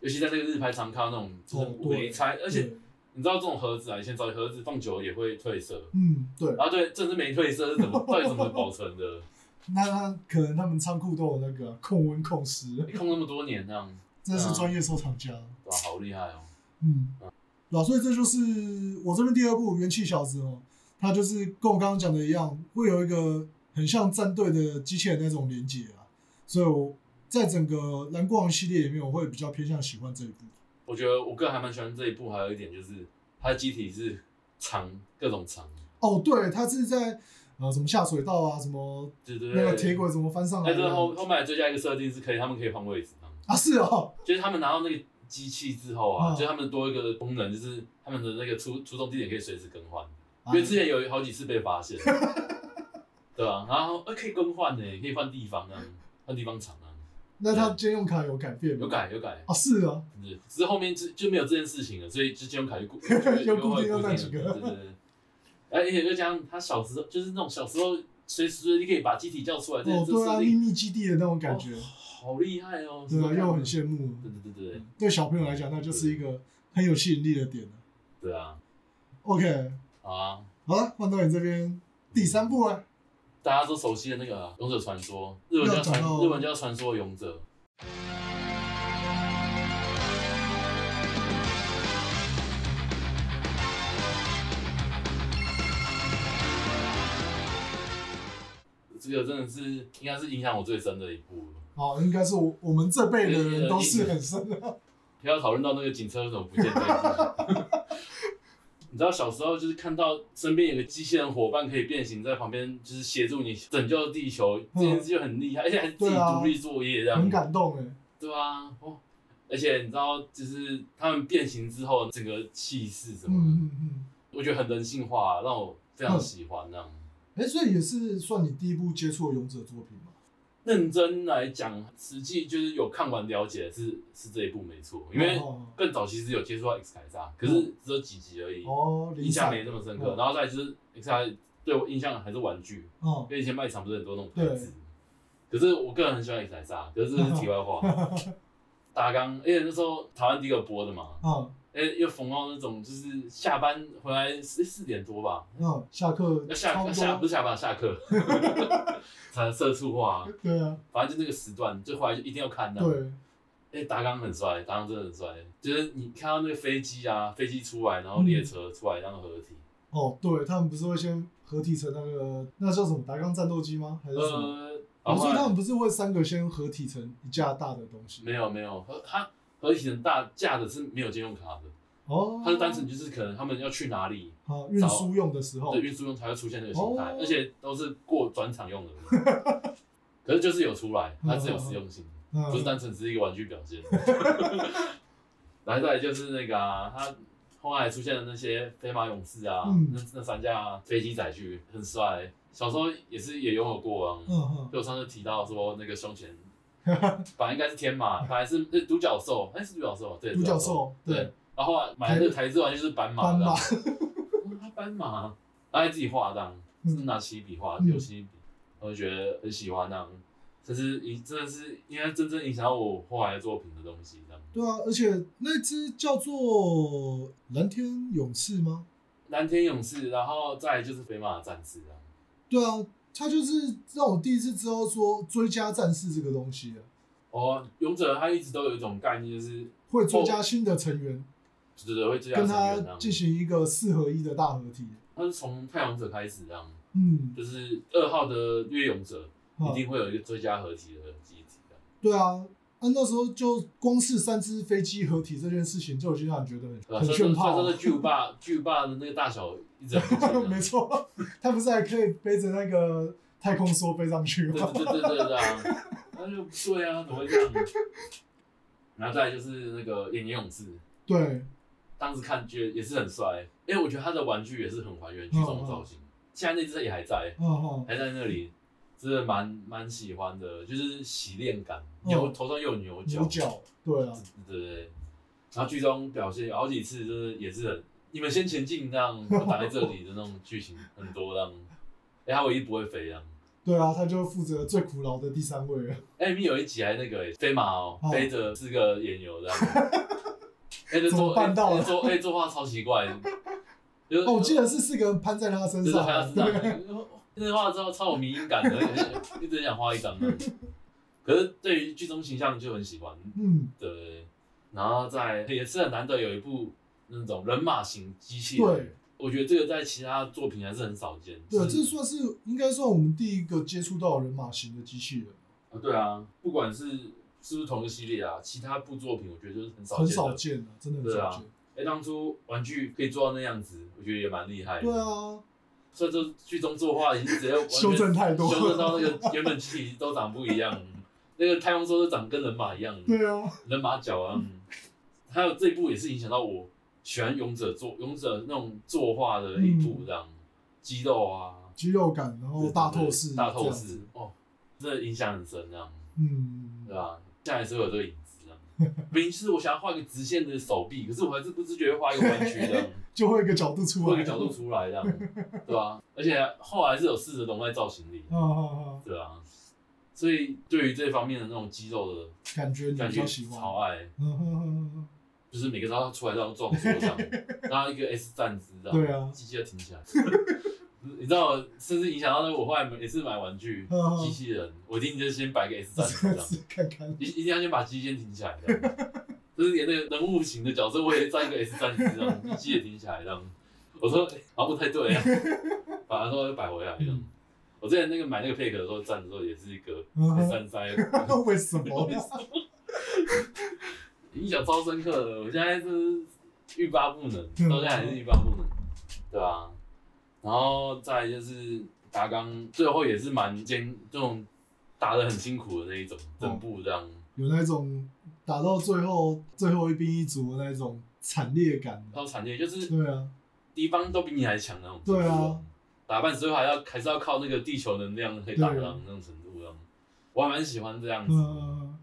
Speaker 3: 尤其在那个日拍常看到那种就是
Speaker 2: 哦
Speaker 3: 无
Speaker 2: 对
Speaker 3: 理拆，而且
Speaker 2: 对
Speaker 3: 你知道这种盒子啊，以前早期盒子放久了也会褪色。
Speaker 2: 嗯，对，
Speaker 3: 然后对，这是没褪色是怎么，到底怎么保存的？ <laughs>
Speaker 2: 那他可能他们仓库都有那个控温控湿，
Speaker 3: 你空那么多年这样，
Speaker 2: 这是
Speaker 3: 嗯
Speaker 2: 专业收藏家。
Speaker 3: 哇，好厉害哦！
Speaker 2: 嗯，老所以这就是我这边第二部《元气小子》哦，它就是跟我刚刚讲的一样，会有一个很像战队的机器人那种连接啊，所以我在整个蓝光系列里面，我会比较偏向喜欢这一部。
Speaker 3: 我觉得我个人还蛮喜欢这一部，还有一点就是它的机体是长，各种长，
Speaker 2: 哦，对，它是在呃什么下水道啊，什么
Speaker 3: 对对
Speaker 2: 那
Speaker 3: 对。
Speaker 2: 个铁轨怎啊么翻上来
Speaker 3: 但是
Speaker 2: 的
Speaker 3: 哎后后面还追加一个设定是可以，他们可以换位置啊，
Speaker 2: 啊？是哦，
Speaker 3: 就是他们拿到那个机器之后啊，
Speaker 2: 嗯
Speaker 3: 就是他们多一个功能，就是他们的那个出出动地点可以随时更换，
Speaker 2: 啊
Speaker 3: 因为之前有好几次被发
Speaker 2: <laughs>
Speaker 3: 现，对啊，然后呃可以更换呢，可以换地方啊，换地方场啊，
Speaker 2: 那它兼用卡有改变吗？
Speaker 3: 有改有改。
Speaker 2: 啊，是哦，
Speaker 3: 是只是后面就就没有这件事情了，所以之前用
Speaker 2: <laughs>
Speaker 3: 卡就固
Speaker 2: 又固定
Speaker 3: 又
Speaker 2: 到那
Speaker 3: 会
Speaker 2: 几个
Speaker 3: 对对对。而且又加上他小时候就是那种小时候随时随地可以把机体叫出来，这
Speaker 2: 哦，
Speaker 3: 这
Speaker 2: 对啊，
Speaker 3: 设
Speaker 2: 秘
Speaker 3: 定
Speaker 2: 密基地的那种感觉
Speaker 3: 哦，好厉害哦，
Speaker 2: 对啊，
Speaker 3: 是吧
Speaker 2: 又很羡慕。
Speaker 3: 对对对对
Speaker 2: 对小朋友来讲，那就是一个很有吸引力的点了。
Speaker 3: 对啊
Speaker 2: OK，
Speaker 3: 好啊！
Speaker 2: 好了，换到你这边第三部啊了。
Speaker 3: 大家都熟悉的那个啊《勇者传说》，日文叫传
Speaker 2: 要讲到
Speaker 3: 日文叫《传说勇者》，这个真的是应该是影响我最深的一部了。
Speaker 2: 好，应该是我我们这辈的人都是很深
Speaker 3: 呃
Speaker 2: 的。
Speaker 3: 不要讨论到那个警车为什么不见这件事情 <laughs> 你知道小时候就是看到身边有个机器人伙伴可以变形，在旁边就是协助你拯救地球，这件事就很厉害，而且还是自己
Speaker 2: 对啊
Speaker 3: 独立作业这样
Speaker 2: 很，感动哎。
Speaker 3: 对啊，哦，而且你知道就是他们变形之后整个气势什
Speaker 2: 嗯
Speaker 3: 么的，
Speaker 2: 嗯嗯。
Speaker 3: 我觉得很人性化，让我非常喜欢这样。
Speaker 2: 哎，所以也是算你第一部接触的勇者作品嘛？
Speaker 3: 认真来讲，实际就是有看完了解是是这一部没错，因为
Speaker 2: 哦
Speaker 3: 更早其实有接触到 X 凯撒，可是只有几集而已。
Speaker 2: 哦，
Speaker 3: 印
Speaker 2: 理
Speaker 3: 象
Speaker 2: 解。
Speaker 3: 没那么深刻。
Speaker 2: 嗯
Speaker 3: 然后再来就是 X I 对我印象还是玩具，
Speaker 2: 哦
Speaker 3: 因，为以前卖场不是很多那种牌子。可是我个人很喜欢 X
Speaker 2: <laughs>
Speaker 3: I 萨，可是这是题外话。大纲，因为那时候台湾第一个播的嘛，
Speaker 2: 啊，
Speaker 3: 哎、又逢到那种就是下班回来四四点多吧，
Speaker 2: 嗯，下课差
Speaker 3: 要下
Speaker 2: 不
Speaker 3: 下不
Speaker 2: 多，
Speaker 3: 是下班
Speaker 2: <laughs>
Speaker 3: 下课，才社畜化，
Speaker 2: 对啊，
Speaker 3: 反正就那个时段，就回来就一定要看到。
Speaker 2: 对，
Speaker 3: 哎、达纲很帅，达纲真的很帅，就是你看到那个飞机啊，飞机出来，然
Speaker 2: 嗯
Speaker 3: 后列车出来，然后合体，
Speaker 2: 哦，对他们不是会先合体成那个那叫什么达纲战斗机吗？还是什么？
Speaker 3: 呃，然
Speaker 2: 哦，所以他
Speaker 3: 后
Speaker 2: 们不是会三个先合体成一架大的东西？
Speaker 3: 没有没有，合它合体很大架的是没有借用卡的，
Speaker 2: 哦，
Speaker 3: 它是单纯就是可能他们要去哪里，
Speaker 2: 啊运输用的时候
Speaker 3: 对，运输用才会出现那个形态，
Speaker 2: 哦
Speaker 3: 而且都是过转场用的，
Speaker 2: <laughs>
Speaker 3: 可是就是有出来，它是有实用性的。
Speaker 2: 嗯
Speaker 3: 不是单纯只是一个玩具表
Speaker 2: <laughs>
Speaker 3: 现。然后再来就是那个啊，他后来出现的那些飞马勇士啊，
Speaker 2: 嗯
Speaker 3: 那那三架飞机载具很帅，小时候也是也拥有过啊。
Speaker 2: 嗯
Speaker 3: 就我上次提到说那个
Speaker 2: <laughs>
Speaker 3: 胸前，本来应该是天马，本来是呃独角兽，哎、是独角兽，对，
Speaker 2: 嗯，独角，兽
Speaker 3: 对
Speaker 2: 对。
Speaker 3: 然后后来买那个台之完全就是斑马
Speaker 2: 斑
Speaker 3: 的
Speaker 2: 马
Speaker 3: 啊，，啊斑马，他还自己画这样，
Speaker 2: 嗯
Speaker 3: 是拿起笔画，
Speaker 2: 嗯
Speaker 3: 六七笔，我就觉得很喜欢那样，这是影真的是应该真正影响我后来作品的东西这样。
Speaker 2: 对啊，而且那只叫做蓝天勇士吗？
Speaker 3: 蓝天勇士，然后再来就是飞马战士啊，
Speaker 2: 对啊，它就是让我第一次知道说追加战士这个东西的，
Speaker 3: 哦，勇者他一直都有一种概念，就是
Speaker 2: 会追加新的成员，
Speaker 3: 对对对，会哦追加
Speaker 2: 跟
Speaker 3: 成员啊这
Speaker 2: 他
Speaker 3: 样。
Speaker 2: 进行一个四合一的大合体。
Speaker 3: 他是从太阳者开始这样，
Speaker 2: 嗯，
Speaker 3: 就是二号的掠勇者
Speaker 2: 啊
Speaker 3: 一定会有一个追加合体的机体这样
Speaker 2: 对啊，啊那时候就光是三只飞机合体这件事情就已经让人觉得
Speaker 3: 对吧？
Speaker 2: 很
Speaker 3: 啊
Speaker 2: 很
Speaker 3: 所以
Speaker 2: 炫
Speaker 3: 说，所
Speaker 2: 炮啊
Speaker 3: 以说
Speaker 2: 了
Speaker 3: 那。巨无霸 <laughs> 巨无霸的那个大小一直
Speaker 2: <laughs>
Speaker 3: 很
Speaker 2: 没。错，他不是还可以背着那个太空梭飞上 <laughs> 去
Speaker 3: 对
Speaker 2: 吗？
Speaker 3: 对对对对啊，那就不对啊，怎么会这样？ <laughs> 然后再来就是那个演员勇士，
Speaker 2: 对，
Speaker 3: 当时看觉得也是很帅，因为我觉得他的玩具也是很还原剧中的造型。现在那只也还在，
Speaker 2: 嗯哼，
Speaker 3: 还在那里，真的蛮蛮喜欢的，就是洗练感，
Speaker 2: 嗯
Speaker 3: 牛头上又有牛角，
Speaker 2: 牛角，对啊，
Speaker 3: 对对对。然后剧中表现有好几次，就是也是很你们先前进这样，我挡在这里的那种剧情很多这样。哎、他唯一不会飞这样。
Speaker 2: 对啊，他就负责最苦劳的第三位了。
Speaker 3: 艾米哎有一集还那个、欸、飞马哦、
Speaker 2: 哦
Speaker 3: 飞着四个眼
Speaker 2: <laughs>
Speaker 3: 油这样。哎、这
Speaker 2: 怎
Speaker 3: 做
Speaker 2: 么办到的
Speaker 3: 哎做哎做话超奇怪，
Speaker 2: <laughs>
Speaker 3: 就是
Speaker 2: 哦，我记得是四个人攀在他身
Speaker 3: 就是还要
Speaker 2: 上，
Speaker 3: 知道那画之后超有迷因感的，一直很想画一张的。可是对于剧中形象就很喜欢，
Speaker 2: 嗯，
Speaker 3: 对。然后在也是很难得有一部那种人马型机器人，
Speaker 2: 对
Speaker 3: 我觉得这个在其他作品还是很少见。
Speaker 2: 对，
Speaker 3: 就
Speaker 2: 这
Speaker 3: 是
Speaker 2: 算是应该算我们第一个接触到人马型的机器人，
Speaker 3: 啊对啊，不管是是不是同一个系列啊，其他部作品我觉得就是很少
Speaker 2: 很
Speaker 3: 见的
Speaker 2: 少见啊，真的很
Speaker 3: 对啊
Speaker 2: 少见。
Speaker 3: 哎、当初玩具可以做到那样子，我觉得也蛮厉害的。
Speaker 2: 对，啊，
Speaker 3: 所以这剧中作画已经直接完
Speaker 2: <laughs>
Speaker 3: 全
Speaker 2: 修正太多
Speaker 3: 修正到那个原本机体都长不一样，那个太空梭都长跟人马一样，
Speaker 2: 对啊，
Speaker 3: 人马脚啊。
Speaker 2: 嗯
Speaker 3: 还有这一部也是影响到我喜欢勇者作勇者那种作画的一部，这样、肌肉啊，
Speaker 2: 肌肉感，然后嗯哦大透视，
Speaker 3: 大透
Speaker 2: 这样
Speaker 3: 视
Speaker 2: 子，
Speaker 3: 哦，这影响很深，这样
Speaker 2: 嗯，
Speaker 3: 对吧、啊？下来是有这个影子，这样。 <laughs> 明明是我想要画一个直线的手臂，可是我还是不自觉地画一个弯曲
Speaker 2: <laughs>
Speaker 3: 这样。
Speaker 2: 就会有一个角度出
Speaker 3: 换
Speaker 2: 来，
Speaker 3: 个角度，出来这样，对吧、而且后来是有试着融在造型里，
Speaker 2: 啊啊啊，
Speaker 3: 对啊。所以对于这方面的那种肌肉
Speaker 2: 感觉
Speaker 3: 的
Speaker 2: 你
Speaker 3: 感
Speaker 2: 比
Speaker 3: 觉啊
Speaker 2: 较喜欢，
Speaker 3: 超爱，
Speaker 2: 嗯哼哼哼
Speaker 3: 就是每个招出来都要撞桌
Speaker 2: <laughs>
Speaker 3: 这样，然后一个 S 站姿这样，
Speaker 2: 对啊
Speaker 3: 机器要停起来。 <laughs> 你知道，甚至影响到我后来也是买玩具
Speaker 2: 嗯嗯
Speaker 3: 机器人，我一定就先摆个 S 站姿
Speaker 2: 哼，<laughs> 再
Speaker 3: 这样，
Speaker 2: 次看看， <laughs>
Speaker 3: 一一定要先把机器先停起来这样。就是连那个人物型的角色，我也站一个 S 站姿这样，机器也停起来这样。我说欸好像不太对啊，把它说摆回来这样
Speaker 2: 嗯。
Speaker 3: 我之前那个买那个 pick 的时候站的时候也是一个
Speaker 2: 嗯
Speaker 3: S 站塞，
Speaker 2: 为什么？
Speaker 3: 印象超深刻的。我现在是欲罢不能，啊
Speaker 2: 嗯
Speaker 3: 到现在还是欲罢不能，对吧、然后再来就是达纲，最后也是蛮艰这种打的很辛苦的那一种，整部这样。
Speaker 2: 有那种打到最后最后一兵一卒的那种惨烈感的。
Speaker 3: 超惨烈，就是
Speaker 2: 对啊，
Speaker 3: 敌方都比你还强那种。
Speaker 2: 对啊，
Speaker 3: 打半之后还要还是要靠那个地球能量可以打
Speaker 2: 对
Speaker 3: 到
Speaker 2: 啊
Speaker 3: 那种程度，这样我还蛮喜欢这样子，
Speaker 2: 嗯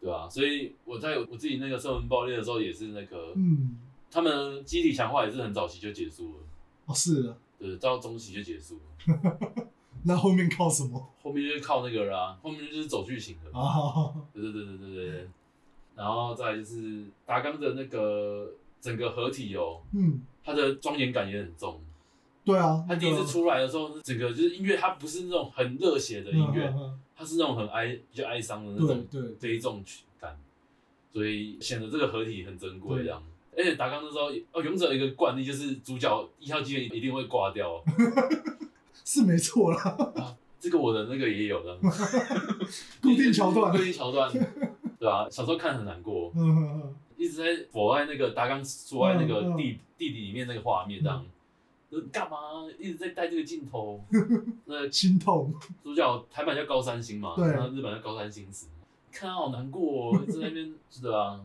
Speaker 3: 对吧、所以我在我自己那个生门爆裂的时候，也是那个、
Speaker 2: 嗯，
Speaker 3: 他们机体强化也是很早期就结束了，
Speaker 2: 哦是的，
Speaker 3: 对，到中期就结束了，
Speaker 2: 那后面靠什么 <laughs>
Speaker 3: 后面就是靠那个啦、后面就是走剧情了。
Speaker 2: 啊？
Speaker 3: 对对对对对对对。然后再来就是达纲的那个整个合体哦，
Speaker 2: 嗯，
Speaker 3: 它的庄严感也很重。
Speaker 2: 对啊，
Speaker 3: 他第一次出来的时候，整个就是音乐，它不是那种很热血的
Speaker 2: 的
Speaker 3: 音乐，
Speaker 2: 嗯
Speaker 3: 它是那种很哀比较哀伤的
Speaker 2: 嗯
Speaker 3: 那
Speaker 2: 对
Speaker 3: 种
Speaker 2: 对
Speaker 3: 悲壮感，所以显得这个合体很珍贵这样。而且达纲那时候，哦，勇者有一个惯例就是主角一号机员一定会挂掉，
Speaker 2: 是没错啦， <laughs>
Speaker 3: 这个我的那个也有的，
Speaker 2: 固定桥段
Speaker 3: <laughs> 固定桥段，对啊，小时候看很难过，
Speaker 2: 嗯嗯嗯，
Speaker 3: 一直在否爱那个达纲说爱那
Speaker 2: 嗯
Speaker 3: 个
Speaker 2: 嗯
Speaker 3: 弟、弟弟里面那个画面这样，就是干嘛一直在带这个镜
Speaker 2: <laughs>
Speaker 3: 头？那
Speaker 2: 心痛，
Speaker 3: 主角台版叫高山星嘛，
Speaker 2: 对
Speaker 3: 然后日本叫高山星子，看他好难过、
Speaker 2: <laughs>
Speaker 3: 哦，在那边是的啊，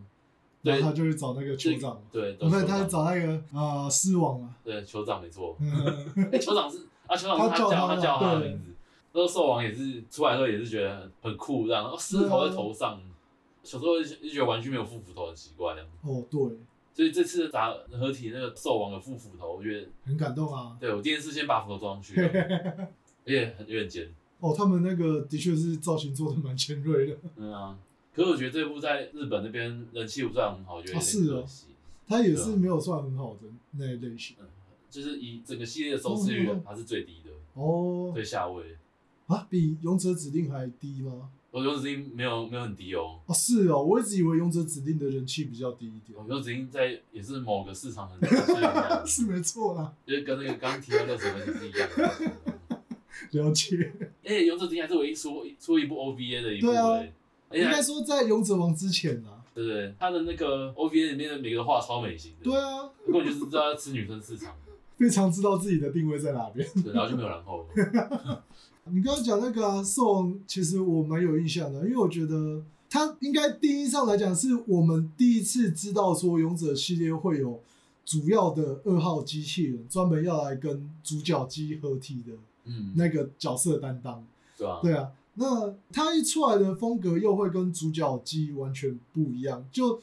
Speaker 2: 然
Speaker 3: 对
Speaker 2: 后他就去找那个酋长，
Speaker 3: 对，
Speaker 2: 不是，
Speaker 3: 对
Speaker 2: 他
Speaker 3: 酋
Speaker 2: 是
Speaker 3: 长
Speaker 2: 找那个啊狮王嘛，
Speaker 3: 对酋长没错，
Speaker 2: 嗯，
Speaker 3: 哎、 <laughs> 酋长是啊，酋长
Speaker 2: 他
Speaker 3: 是他
Speaker 2: 叫
Speaker 3: 叫
Speaker 2: 他
Speaker 3: 他
Speaker 2: 的
Speaker 3: 叫他的
Speaker 2: 对
Speaker 3: 名字，那时候兽王也是出来的时候也是觉得很很酷这样，哦，狮头在头上，小时候就觉得玩具没有副斧头很奇怪这样，
Speaker 2: 哦对，
Speaker 3: 所以这次打合体那个兽王有副斧头，我觉得
Speaker 2: 很感动啊，
Speaker 3: 对我第一次先把斧头装上去了，而且很有点尖，
Speaker 2: 哦，他们那个的确是造型做的蛮尖锐的，
Speaker 3: 嗯啊。可是我觉得这部在日本那边人气不算很好，我觉得有
Speaker 2: 啊是
Speaker 3: 点
Speaker 2: 哦
Speaker 3: 可惜。
Speaker 2: 他也
Speaker 3: 啊
Speaker 2: 是没有算很好的那一类型，
Speaker 3: 就是以整个系列的收视率
Speaker 2: 哦
Speaker 3: 它是最低的，
Speaker 2: 哦，
Speaker 3: 最下位。
Speaker 2: 啊，比勇者指令还低吗？
Speaker 3: 我游子英没有没有很低哦，
Speaker 2: 哦，是哦，我一直以为勇者指令的人气比较低一点
Speaker 3: 我，游子英在也是某个市场很低，所以
Speaker 2: <laughs>
Speaker 3: 很
Speaker 2: 是没错啦，
Speaker 3: 就是跟那个刚提到的什么题是一样的。哎
Speaker 2: 了解。
Speaker 3: 而且游子英还是唯一出出一部 OVA 的一部
Speaker 2: 对啊
Speaker 3: 哎，而且
Speaker 2: 应该
Speaker 3: 还
Speaker 2: 说在勇者王之前啊啦，
Speaker 3: 对不对？他的那个 OVA 里面的每个画超美型的，
Speaker 2: 对，啊，
Speaker 3: 根本就是知道他吃女生市场，
Speaker 2: 非常知道自己的定位在哪边。
Speaker 3: 对，然后就没有然后了。
Speaker 2: 你刚刚讲那个啊兽王，其实我蛮有印象的，因为我觉得它应该第一上来讲是我们第一次知道说勇者系列会有主要的二号机器人专门要来跟主角机合体的
Speaker 3: 嗯，
Speaker 2: 那个角色担当。
Speaker 3: 对啊，
Speaker 2: 对啊，那他一出来的风格又会跟主角机完全不一样，就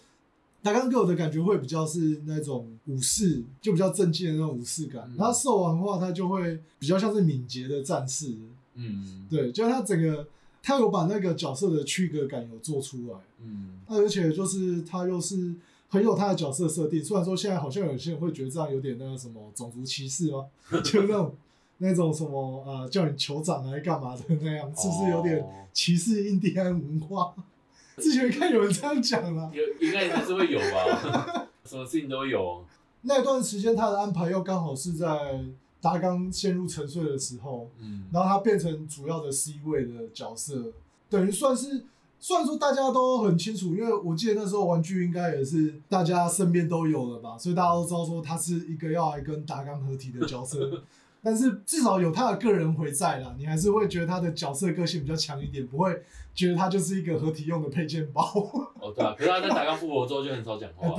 Speaker 2: 达刚给我的感觉会比较是那种武士，就比较正经的那种武士感。
Speaker 3: 嗯
Speaker 2: 然后兽王的话，他就会比较像是敏捷的战士，
Speaker 3: 嗯
Speaker 2: 对，就是他整个他有把那个角色的区隔感有做出来，
Speaker 3: 嗯，
Speaker 2: 那而且就是他又是。很有他的角色设定，虽然说现在好像有些人会觉得这样有点那个什么种族歧视吗？就是那种那种什么呃，叫你酋长来干嘛的那样，是不是有点
Speaker 3: 哦
Speaker 2: 歧视印第安文化。 <laughs> 之前看有人这样讲了，
Speaker 3: 有应该还是会有吧， <laughs> 什么事情都有。哦
Speaker 2: 那段时间他的安排又刚好是在达纲陷入沉睡的时候，
Speaker 3: 嗯，
Speaker 2: 然后他变成主要的 C 位的角色，等于算是虽然说大家都很清楚，因为我记得那时候玩具应该也是大家身边都有了吧，所以大家都知道说他是一个要来跟达纲合体的角
Speaker 3: <laughs>
Speaker 2: 色。但是至少有他的个人回在啦，你还是会觉得他的角色个性比较强一点，不会觉得他就是一个合体用的配件包。 <laughs>
Speaker 3: 哦，对啊，可是他在打刚复活之后就很少讲话、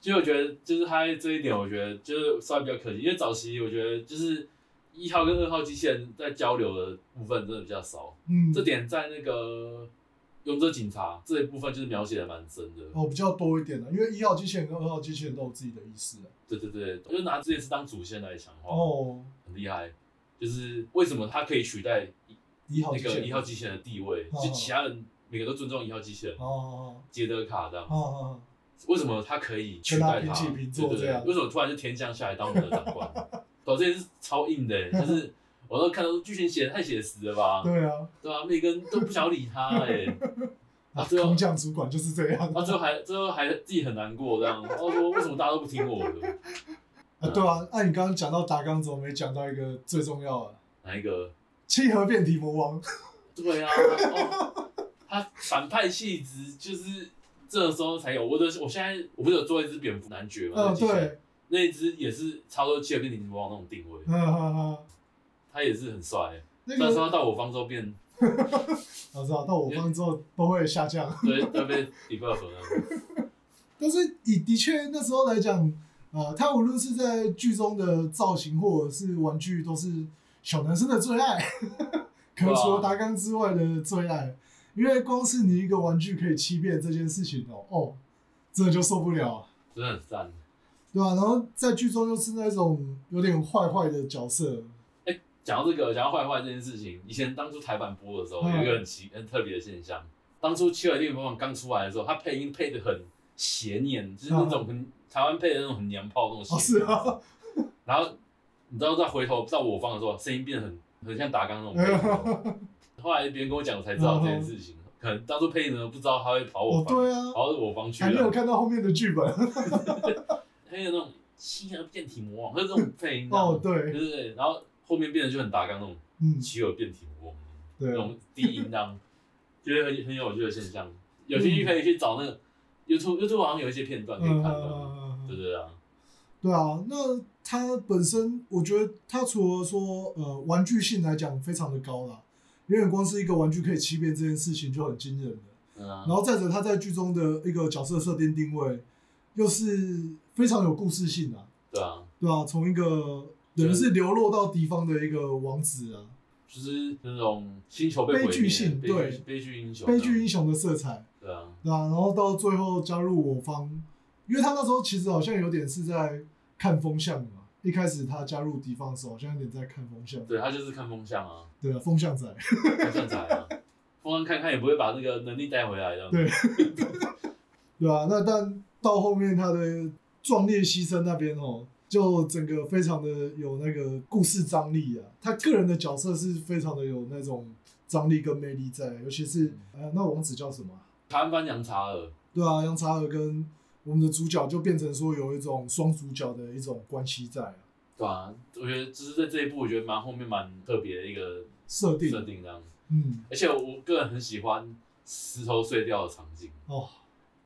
Speaker 3: 其实我觉得，就是他这一点，我觉得就是稍微比较可惜，因为早期我觉得就是一号跟二号机器人在交流的部分真的比较少，
Speaker 2: 嗯，
Speaker 3: 这点在那个勇者警察这一部分就是描写的蛮深的。
Speaker 2: 哦，比较多一点的，因为一号机器人跟二号机器人都有自己的意思啊。
Speaker 3: 对对对，我就拿这件事当主线来强化，
Speaker 2: 哦，
Speaker 3: 很厉害。就是为什么他可以取代一
Speaker 2: 一号
Speaker 3: 那
Speaker 2: 机器
Speaker 3: 个
Speaker 2: 人，
Speaker 3: 一号机器人的地位，
Speaker 2: 哦
Speaker 3: 就其他人每个都尊重一号机器人，
Speaker 2: 哦
Speaker 3: 杰德卡这样
Speaker 2: 哦哦。哦
Speaker 3: 为什么他可以取代
Speaker 2: 跟
Speaker 3: 他？
Speaker 2: 他平起平坐
Speaker 3: 对对
Speaker 2: 这样
Speaker 3: 对为什么突然就天降下来当我们的长
Speaker 2: <laughs>
Speaker 3: 官？对，这件事超硬的、欸就是我都看到剧情写得太写实了吧
Speaker 2: 哦，？对啊，
Speaker 3: 对啊，每个人都不想理他哎、
Speaker 2: <laughs> 啊，
Speaker 3: 啊最后
Speaker 2: 空降主管就是这样
Speaker 3: 然后最后还最后还自己很难过这样，然后说为什么大家都不听我的？
Speaker 2: 啊，对啊，那你刚刚讲到达纲，怎么没讲到一个最重要的
Speaker 3: 哪一个？
Speaker 2: 七合变体魔王？ <laughs>
Speaker 3: 对啊，哦、他反派气质就是这时候才有。我的我现在我不是有做一只蝙蝠男爵吗？
Speaker 2: 嗯，
Speaker 3: 那机器人，
Speaker 2: 对，
Speaker 3: 那一只也是差不多切变成魔王那种定位，
Speaker 2: 嗯嗯嗯，
Speaker 3: 他也是很帅、
Speaker 2: 那
Speaker 3: 但是啊
Speaker 2: 个
Speaker 3: 他到我方之后变 <laughs>
Speaker 2: 我知道，到我方之后都会下降， <laughs>
Speaker 3: 对，要被 debuff 了。
Speaker 2: 但是以的确那时候来讲，呃，他无论是在剧中的造型或者是玩具，都是小男生的最爱， <laughs> 可能除了达纲之外的最爱，因为光是你一个玩具可以欺骗这件事情哦，哦，真的就受不了啊、
Speaker 3: 真的很赞。
Speaker 2: 对啊吧、然后在剧中又是那种有点坏坏的角色，
Speaker 3: 讲到这个，讲到坏坏这件事情，以前当初台版播的时候，
Speaker 2: 嗯
Speaker 3: 有一个很奇、很特别的现象。当初《七耳猎魔王》刚出来的时候，它配音配的很邪念，就是那种很台湾配的那种很娘炮的那
Speaker 2: 嗯
Speaker 3: 种
Speaker 2: 哦
Speaker 3: 邪
Speaker 2: 是
Speaker 3: 念。
Speaker 2: 啊，
Speaker 3: 然后你知道再回头到我方的时候，声音变得很很像打
Speaker 2: 嗯
Speaker 3: 刚那种配音。后来别人跟我讲，我才知道这件事情。可能当初配音的不知道他会跑我
Speaker 2: 嗯哦
Speaker 3: 方，
Speaker 2: 对啊，
Speaker 3: 跑到我方去
Speaker 2: 还没有
Speaker 3: 了。
Speaker 2: 看到后面的剧本。
Speaker 3: <laughs> 还有那种西洋变体魔王，还有这种配音。
Speaker 2: 哦
Speaker 3: 对
Speaker 2: 对，
Speaker 3: 对对。然后后面变得就很打刚那种
Speaker 2: 嗯，
Speaker 3: 奇尔变体魔王。
Speaker 2: 对
Speaker 3: 那，种低音
Speaker 2: <laughs>
Speaker 3: 浪，觉得很很有趣的现象。有兴趣可以去找那个 YouTube YouTube 好像有一些片段可以看到，
Speaker 2: 嗯
Speaker 3: 对对对啊，
Speaker 2: 对啊，那它本身，我觉得它除了说呃玩具性来讲非常的高啦，因为光是一个玩具可以欺骗这件事情就很惊人了。
Speaker 3: 嗯啊
Speaker 2: 然，后再者，它在剧中的一个角色设定定位又是非常有故事性啊，
Speaker 3: 对啊，
Speaker 2: 对啊，从一个等于是流落到敌方的一个王子啊，
Speaker 3: 就是那种星球被毁灭
Speaker 2: 悲剧性
Speaker 3: 悲剧
Speaker 2: 对
Speaker 3: 悲剧英雄，啊
Speaker 2: 悲剧英，雄的色彩，
Speaker 3: 对啊，
Speaker 2: 对啊，然后到最后加入我方，因为他那时候其实好像有点是在看风向嘛，一开始他加入敌方的时候好像有点在看风向，
Speaker 3: 对他就是看风向啊，
Speaker 2: 对啊，风向仔。
Speaker 3: 看向才啊，风向看看也不会把那个能力带回来的，
Speaker 2: 对对啊，那但到后面他的壮烈牺牲那边哦，就整个非常的有那个故事张力啊。他个人的角色是非常的有那种张力跟魅力在，尤其是呃，那王子叫什么啊？
Speaker 3: 台湾翻杨查尔，
Speaker 2: 对啊，杨查尔跟我们的主角就变成说有一种双主角的一种关系在啊，
Speaker 3: 对啊，我觉得就是在这一部，我觉得蛮后面蛮特别的一个
Speaker 2: 设定，
Speaker 3: 设定这样，
Speaker 2: 嗯，
Speaker 3: 而且我个人很喜欢石头碎掉的场景。
Speaker 2: 哦，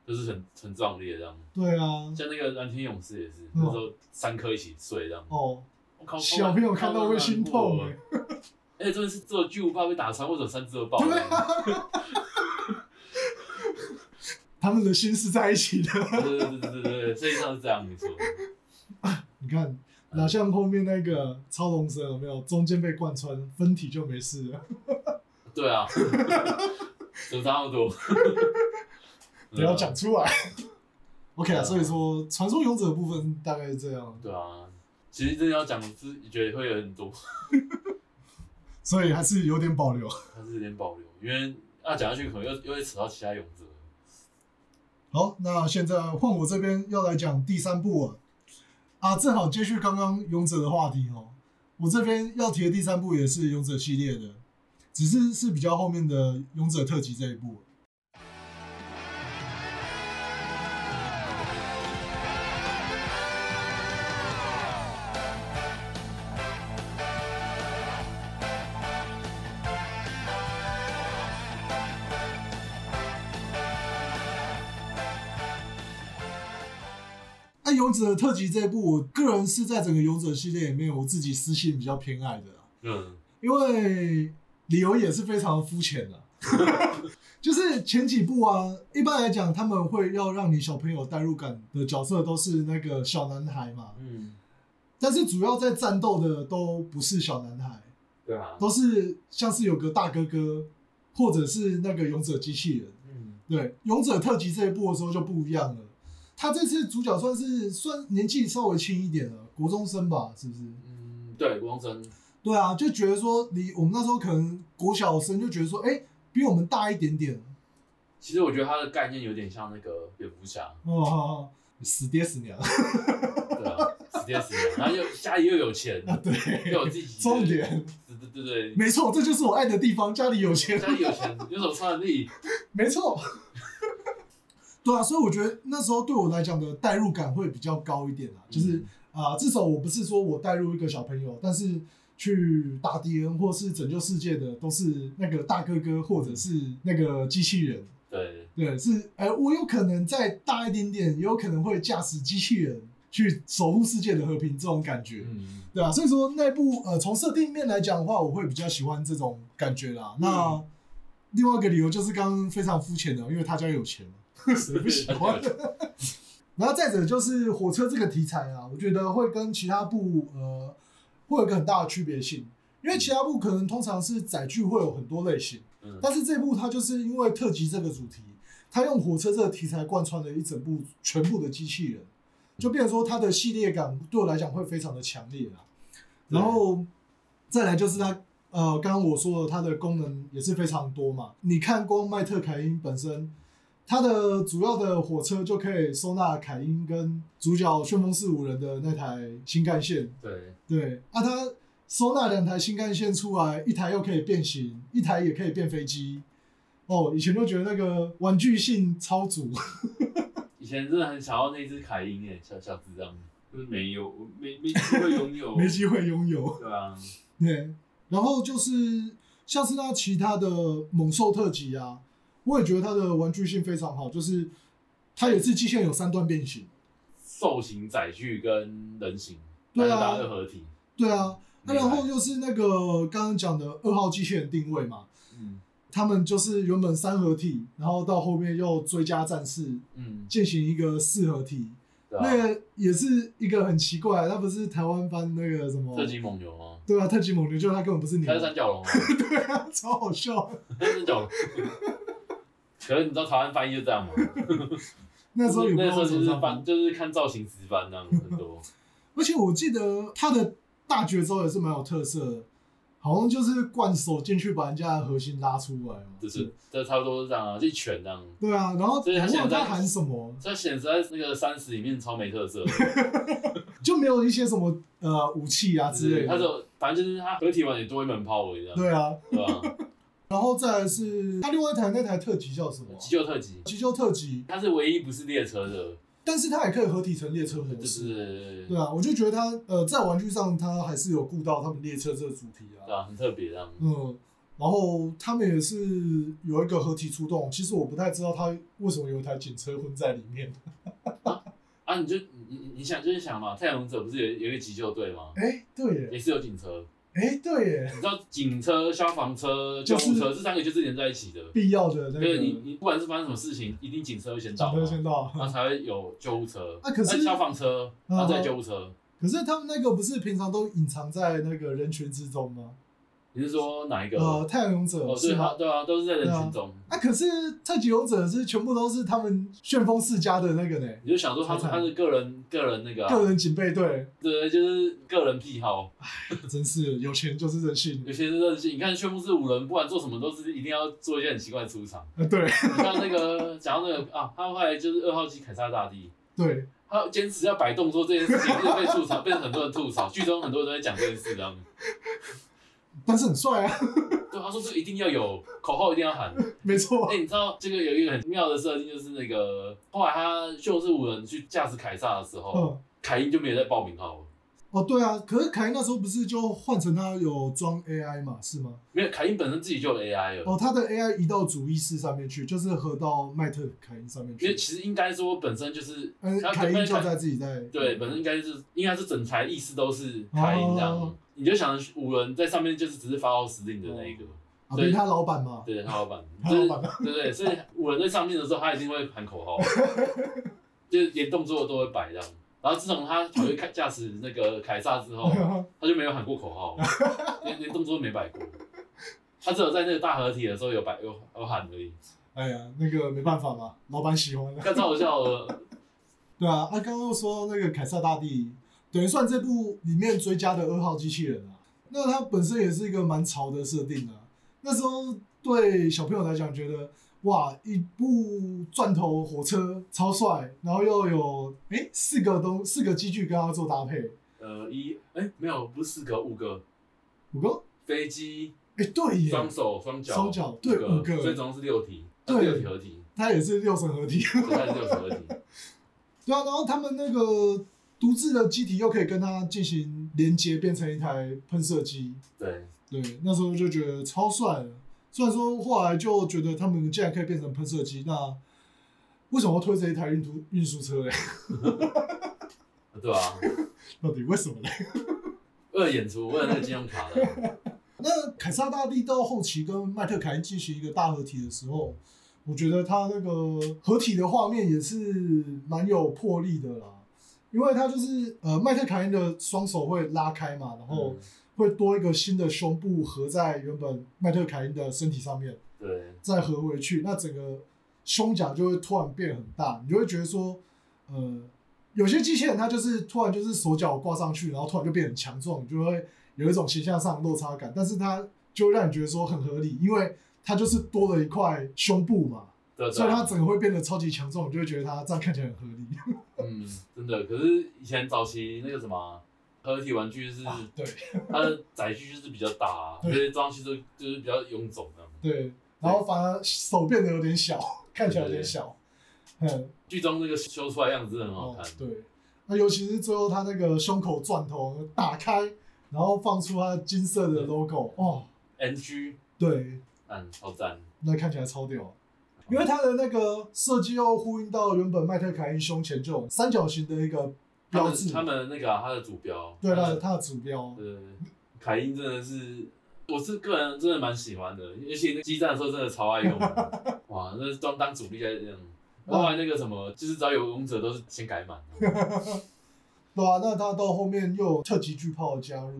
Speaker 3: 就是很很壮烈这样，
Speaker 2: 对啊，
Speaker 3: 像那个蓝天勇士也是，
Speaker 2: 嗯
Speaker 3: 那时候三颗一起碎这样。
Speaker 2: 哦，
Speaker 3: 我靠，
Speaker 2: 小朋友看到会心痛
Speaker 3: 哎
Speaker 2: 哎、、
Speaker 3: 而且真的是只有巨无霸被打穿，或者三只都爆
Speaker 2: 对
Speaker 3: 了。
Speaker 2: 他们的心是在一起的。 <laughs>
Speaker 3: 对对对对对对，实际上是这样没错。
Speaker 2: 你看，哪像后面那个超龙神有没有？中间被贯穿，分体就没事了。
Speaker 3: 对啊，怎么差不多？
Speaker 2: 不要讲出
Speaker 3: <laughs>
Speaker 2: 来。OK
Speaker 3: 啊对啊
Speaker 2: 啊，所以说传说勇者的部分大概是这样，
Speaker 3: 对啊，其实真的要讲是觉得会有很多，
Speaker 2: 所以还是有点保留。
Speaker 3: 还是有点保留，因为啊讲下去可能又又会扯到其他勇者。
Speaker 2: 好，那现在换我这边要来讲第三部了。啊，正好接续刚刚勇者的话题哦。我这边要提的第三部也是勇者系列的，只是是比较后面的勇者特辑这一部。那、勇者特辑这一部，我个人是在整个勇者系列里面，我自己私心比较偏爱的啦。啊
Speaker 3: 嗯，
Speaker 2: 因为理由也是非常肤浅的，啊 <laughs> 就是前几部啊，一般来讲他们会要让你小朋友代入感的角色都是那个小男孩嘛，
Speaker 3: 嗯，
Speaker 2: 但是主要在战斗的都不是小男孩，
Speaker 3: 对啊，
Speaker 2: 都是像是有个大哥哥，或者是那个勇者机器人。
Speaker 3: 嗯，
Speaker 2: 对，《勇者特辑》这一部的时候就不一样了。他这次主角算是算年纪稍微轻一点了，国中生吧，是不是？
Speaker 3: 嗯，对，光真，
Speaker 2: 对啊，就觉得说你我们那时候可能国小生就觉得说，哎、比我们大一点点，
Speaker 3: 其实我觉得它的概念有点像那个蝙蝠侠，
Speaker 2: 哦，好好你死爹死娘
Speaker 3: 对啊，直接死了，然后又家里又有钱，
Speaker 2: 啊，对，
Speaker 3: 又有自己的
Speaker 2: 重点，
Speaker 3: 对对对对，
Speaker 2: 没错，这就是我爱的地方，家里有钱，
Speaker 3: 家里有钱，有种超能力，
Speaker 2: 没错， <laughs> 对啊，所以我觉得那时候对我来讲的代入感会比较高一点啊，就是啊、至少我不是说我带入一个小朋友，但是去打敌人或是拯救世界的都是那个大哥哥或者是那个机器人，
Speaker 3: 对，
Speaker 2: 对，是，哎、我有可能再大一点点，也有可能会驾驶机器人去守护世界的和平，这种感觉，
Speaker 3: 嗯，
Speaker 2: 对啊，所以说那部呃，从设定面来讲的话，我会比较喜欢这种感觉啦。那另外一个理由就是刚刚非常肤浅的，因为他家有钱嘛， <laughs> 谁不喜
Speaker 3: <laughs>
Speaker 2: 欢？ <laughs> 然后再者就是火车这个题材啊，我觉得会跟其他部呃会有一个很大的区别性，因为其他部可能通常是载具会有很多类型。
Speaker 3: 嗯，
Speaker 2: 但是这部它就是因为特辑这个主题，它用火车这个题材贯穿了一整部全部的机器人，就变成说它的系列感对我来讲会非常的强烈啦。
Speaker 3: 对
Speaker 2: 然后再来就是它呃，刚刚我说的它的功能也是非常多嘛。你看光麦特凯因本身，它的主要的火车就可以收纳凯因跟主角旋风四五人的那台新干线。
Speaker 3: 对，
Speaker 2: 对，啊，它收纳两台新干线出来，一台又可以变形，一台也可以变飞机。哦，以前就觉得那个玩具性超足，
Speaker 3: 以前真的很想要那只凯因诶，小小智障，就是没有，没没机会拥
Speaker 2: <laughs>
Speaker 3: 有，
Speaker 2: 没机会拥有。
Speaker 3: 对啊，
Speaker 2: 对，然后就是像是他其他的猛兽特辑啊，我也觉得它的玩具性非常好，就是它也是机械有三段变形。
Speaker 3: 兽形载具跟人形，
Speaker 2: 对啊
Speaker 3: 大家都合体，
Speaker 2: 对啊，那
Speaker 3: 厉害
Speaker 2: 然后又是那个刚刚讲的二号机器人定位嘛，
Speaker 3: 嗯
Speaker 2: 他们就是原本三合体，然后到后面又追加战士，
Speaker 3: 嗯，
Speaker 2: 进行一个四合体，
Speaker 3: 对
Speaker 2: 那
Speaker 3: 啊，
Speaker 2: 个也是一个很奇怪，它不是台湾翻那个什么
Speaker 3: 特，级猛牛吗？
Speaker 2: 对啊，特级猛牛，就它根本不是牛
Speaker 3: 它，是三角龙吗？
Speaker 2: 对啊， <laughs> 超好笑。
Speaker 3: 它是三角龙。可是你知道台湾翻译就这样吗？
Speaker 2: <laughs> 那时候也不
Speaker 3: 那
Speaker 2: 知
Speaker 3: 时
Speaker 2: 道
Speaker 3: 候
Speaker 2: 为什
Speaker 3: 就
Speaker 2: 么这
Speaker 3: 是
Speaker 2: 样
Speaker 3: 翻，就是看造型直翻那样
Speaker 2: <laughs>
Speaker 3: 很多。
Speaker 2: 而且我记得他的大绝招也是蛮有特色的，好像就是灌手进去把人家的核心拉出来嘛。
Speaker 3: 就是这差不多是这样啊，就一拳这样。
Speaker 2: 对啊，然后
Speaker 3: 所以他
Speaker 2: 我
Speaker 3: 现
Speaker 2: 忘了
Speaker 3: 在
Speaker 2: 他喊什么，
Speaker 3: 这显示在那个三十里面超没特色的，
Speaker 2: 就没有一些什么呃武器啊 <laughs> 之类
Speaker 3: 他
Speaker 2: 的。
Speaker 3: 就反正就是他合体完也多一门炮而已，这样
Speaker 2: 对啊，
Speaker 3: 对吧？
Speaker 2: 然后再来是他另外一台那台特级叫什么啊？
Speaker 3: 急救特急，
Speaker 2: 急救特级，
Speaker 3: 它是唯一不是列车的，
Speaker 2: 但是它也可以合体成列车模
Speaker 3: 就
Speaker 2: 式。
Speaker 3: 是
Speaker 2: 对啊，我就觉得它呃在玩具上它还是有顾到他们列车这个主题
Speaker 3: 对啊，很特别这样。
Speaker 2: 嗯，然后他们也是有一个合体出动，其实我不太知道他为什么有一台警车混在里面。
Speaker 3: 啊，你就你你你想就是想嘛，太阳者不是有有一个急救队吗？
Speaker 2: 哎、对耶，
Speaker 3: 也是有警车，
Speaker 2: 哎、对耶，
Speaker 3: 你知道警车、消防车、救护车这三个就是连在一起的。
Speaker 2: 必要的那
Speaker 3: 所以你啊
Speaker 2: 个
Speaker 3: 你不管是发生什么事情，一定警车会先到
Speaker 2: 警
Speaker 3: 嘛
Speaker 2: 车，先到。
Speaker 3: 然后才会有救护车，
Speaker 2: 啊可是嗯
Speaker 3: 那消防车，然后再救护车。
Speaker 2: 可是他们那个不是平常都隐藏在那个人群之中吗？
Speaker 3: 你是说哪一个？
Speaker 2: 呃，太阳勇者
Speaker 3: 哦，对
Speaker 2: 是
Speaker 3: 啊，
Speaker 2: 吗？
Speaker 3: 对啊，都是在人群中。
Speaker 2: 啊，可是特级勇者是全部都是他们旋风世家的那个呢，
Speaker 3: 你就想说他
Speaker 2: 才
Speaker 3: 他是个人个人那个、啊，
Speaker 2: 个人警备队，
Speaker 3: 对，就是个人癖好。
Speaker 2: 真是有钱就是任性
Speaker 3: 有。些是任性，你看炫富是五人，不管做什么都是一定要做一些很奇怪的出场。
Speaker 2: 呃，对
Speaker 3: 你像那个讲到那个啊，他后来就是二号机凯撒大帝，
Speaker 2: 对，
Speaker 3: 他坚持要摆动作这件事情，就被吐槽，被 <laughs> 很多人吐槽。剧中很多人都在讲这件事，这样。
Speaker 2: 但是很帅啊， <laughs>
Speaker 3: 对，他说这个一定要有口号，一定要喊。
Speaker 2: 没错啊
Speaker 3: 哎、。你知道这个有一个很妙的设定，就是那个后来他秀是五人去驾驶凯撒的时候，
Speaker 2: 嗯，
Speaker 3: 凯因就没有在报名号了。
Speaker 2: 哦，对啊，可是凯那时候不是就换成他有装 AI 嘛，是吗？
Speaker 3: 没有，凯因本身自己就有 AI 了。
Speaker 2: 哦，他的 AI 移到主意识上面去，就是合到麦特凯因上面
Speaker 3: 因为
Speaker 2: 去。
Speaker 3: 其实应该说本身就是，
Speaker 2: 嗯，
Speaker 3: 它
Speaker 2: 凯
Speaker 3: 本
Speaker 2: 因
Speaker 3: 身
Speaker 2: 就在自己在
Speaker 3: 对，本身应该是应该是整台意思都是凯因这样。
Speaker 2: 哦
Speaker 3: 你就想五人在上面就是只是发号施令的那一个，
Speaker 2: 啊，
Speaker 3: 对
Speaker 2: 对他老板嘛， <laughs>
Speaker 3: 对，他老板，
Speaker 2: 他
Speaker 3: 就是
Speaker 2: 老板
Speaker 3: 对对，所以五人在上面的时候，他一定会喊口号，就是连动作都会摆这样。然后自从他跑去开驾驶那个凯撒之后，他就没有喊过口号，连连动作都没摆过。他只有在那个大合体的时候有摆有有喊而已，
Speaker 2: 哎呀，那个没办法嘛，老板喜欢的。啊
Speaker 3: 看超好笑了。
Speaker 2: 对啊，他刚刚又说那个凯撒大帝，等于算这部里面追加的二号机器人啊。那它本身也是一个蛮潮的设定啊。那时候对小朋友来讲，觉得哇，一部钻头火车超帅，然后又有哎、四个东四个机具跟它做搭配，
Speaker 3: 呃，一哎、没有，不是四个，五个
Speaker 2: 五个
Speaker 3: 飞机，
Speaker 2: 哎、对耶，
Speaker 3: 双手双脚，
Speaker 2: 双脚对
Speaker 3: 五
Speaker 2: 五个
Speaker 3: 所以总共是六题，
Speaker 2: 对
Speaker 3: 啊六题合体，
Speaker 2: 它也是六神合体。 <laughs>
Speaker 3: 所以它是六题合体。
Speaker 2: 对啊，然后他们那个独自的机体又可以跟它进行连接，变成一台喷射机。
Speaker 3: 对，
Speaker 2: 对，那时候就觉得超帅的。虽然说后来就觉得他们竟然可以变成喷射机，那为什么要推这一台运输运输车嘞？ <laughs>
Speaker 3: 对啊，
Speaker 2: 到底为什么嘞？ <laughs>
Speaker 3: 为了演出，为了那个金融卡的，
Speaker 2: 那凯撒大帝到后期跟麦特凯恩进行一个大合体的时候，我觉得他那个合体的画面也是蛮有魄力的啦，因为他就是呃麦特凯恩的双手会拉开嘛， <laughs> 然后
Speaker 3: 嗯
Speaker 2: 会多一个新的胸部合在原本麦特凯恩的身体上面。
Speaker 3: 对，
Speaker 2: 再合回去，那整个胸甲就会突然变很大，你就会觉得说，呃，有些机器人它就是突然就是手脚挂上去，然后突然就变很强壮，你就会有一种形象上的落差感，但是它就会让你觉得说很合理，因为它就是多了一块胸部嘛，
Speaker 3: <laughs> 对啊对
Speaker 2: 所以它
Speaker 3: 啊，
Speaker 2: 整个会变得超级强壮，我就会觉得它这样看起来很合理。
Speaker 3: 嗯，真的。可是以前早期那个什么合体玩具是
Speaker 2: 啊对
Speaker 3: 它的载具就是比较大啊，
Speaker 2: 对
Speaker 3: 这些装西都就是比较臃肿这样。
Speaker 2: 对，然后反而手变得有点小，看起来有点小。嗯，
Speaker 3: 剧中那个修出来样子真的很好
Speaker 2: 哦
Speaker 3: 看，，
Speaker 2: 对，那尤其是最后他那个胸口钻头打开，然后放出它金色的 logo，哦，
Speaker 3: ，NG，
Speaker 2: 对，
Speaker 3: 嗯，超赞。
Speaker 2: 那看起来超屌。因为它的那个设计又呼应到原本麦特凯因胸前这种三角形的一个
Speaker 3: 他
Speaker 2: 标
Speaker 3: 们
Speaker 2: 志，
Speaker 3: 他们那个啊、他的主标，
Speaker 2: 对
Speaker 3: 他
Speaker 2: 它
Speaker 3: 的
Speaker 2: 的它的指标，
Speaker 3: 对，凯因真的是，我是个人真的蛮喜欢的，尤其那激战的时候真的超爱用的，
Speaker 2: <laughs>
Speaker 3: 哇，那是当当主力在这样。后来那个什么，就是只要有勇者都是先改满。
Speaker 2: 对啊，那它到后面又有特级巨炮的加入，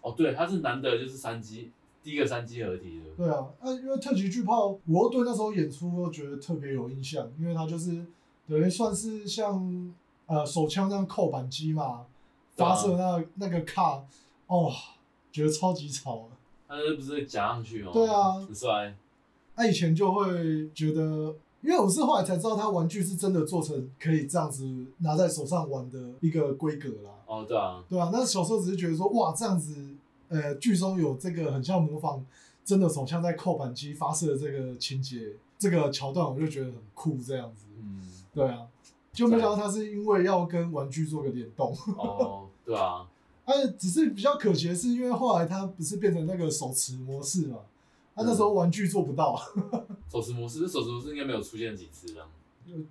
Speaker 3: 哦，对，他是难得就是三机，第一个三机合体的。
Speaker 2: 对啊，那因为特级巨炮，我又对那时候演出又觉得特别有印象，因为它就是等于算是像呃手枪那样扣扳机嘛，
Speaker 3: 对
Speaker 2: 发
Speaker 3: 啊
Speaker 2: 射那那个卡，哦，觉得超级吵的。
Speaker 3: 他那不是夹上去哦？
Speaker 2: 对啊
Speaker 3: 很帅。
Speaker 2: 那、以前就会觉得，因为我是后来才知道，它玩具是真的做成可以这样子拿在手上玩的一个规格啦。
Speaker 3: 哦，对啊，
Speaker 2: 对啊，那小时候只是觉得说，哇，这样子，呃，剧中有这个很像模仿真的手枪在扣扳机发射的这个情节，这个桥段，我就觉得很酷，这样子。
Speaker 3: 嗯，
Speaker 2: 对啊，就没想到他是因为要跟玩具做个联动， <laughs>
Speaker 3: 哦，对啊，
Speaker 2: 哎，只是比较可惜的是，因为后来他不是变成那个手持模式嘛，他、那时候玩具做不到， <laughs>
Speaker 3: 手持模式，这手持模式应该没有出现几次这样。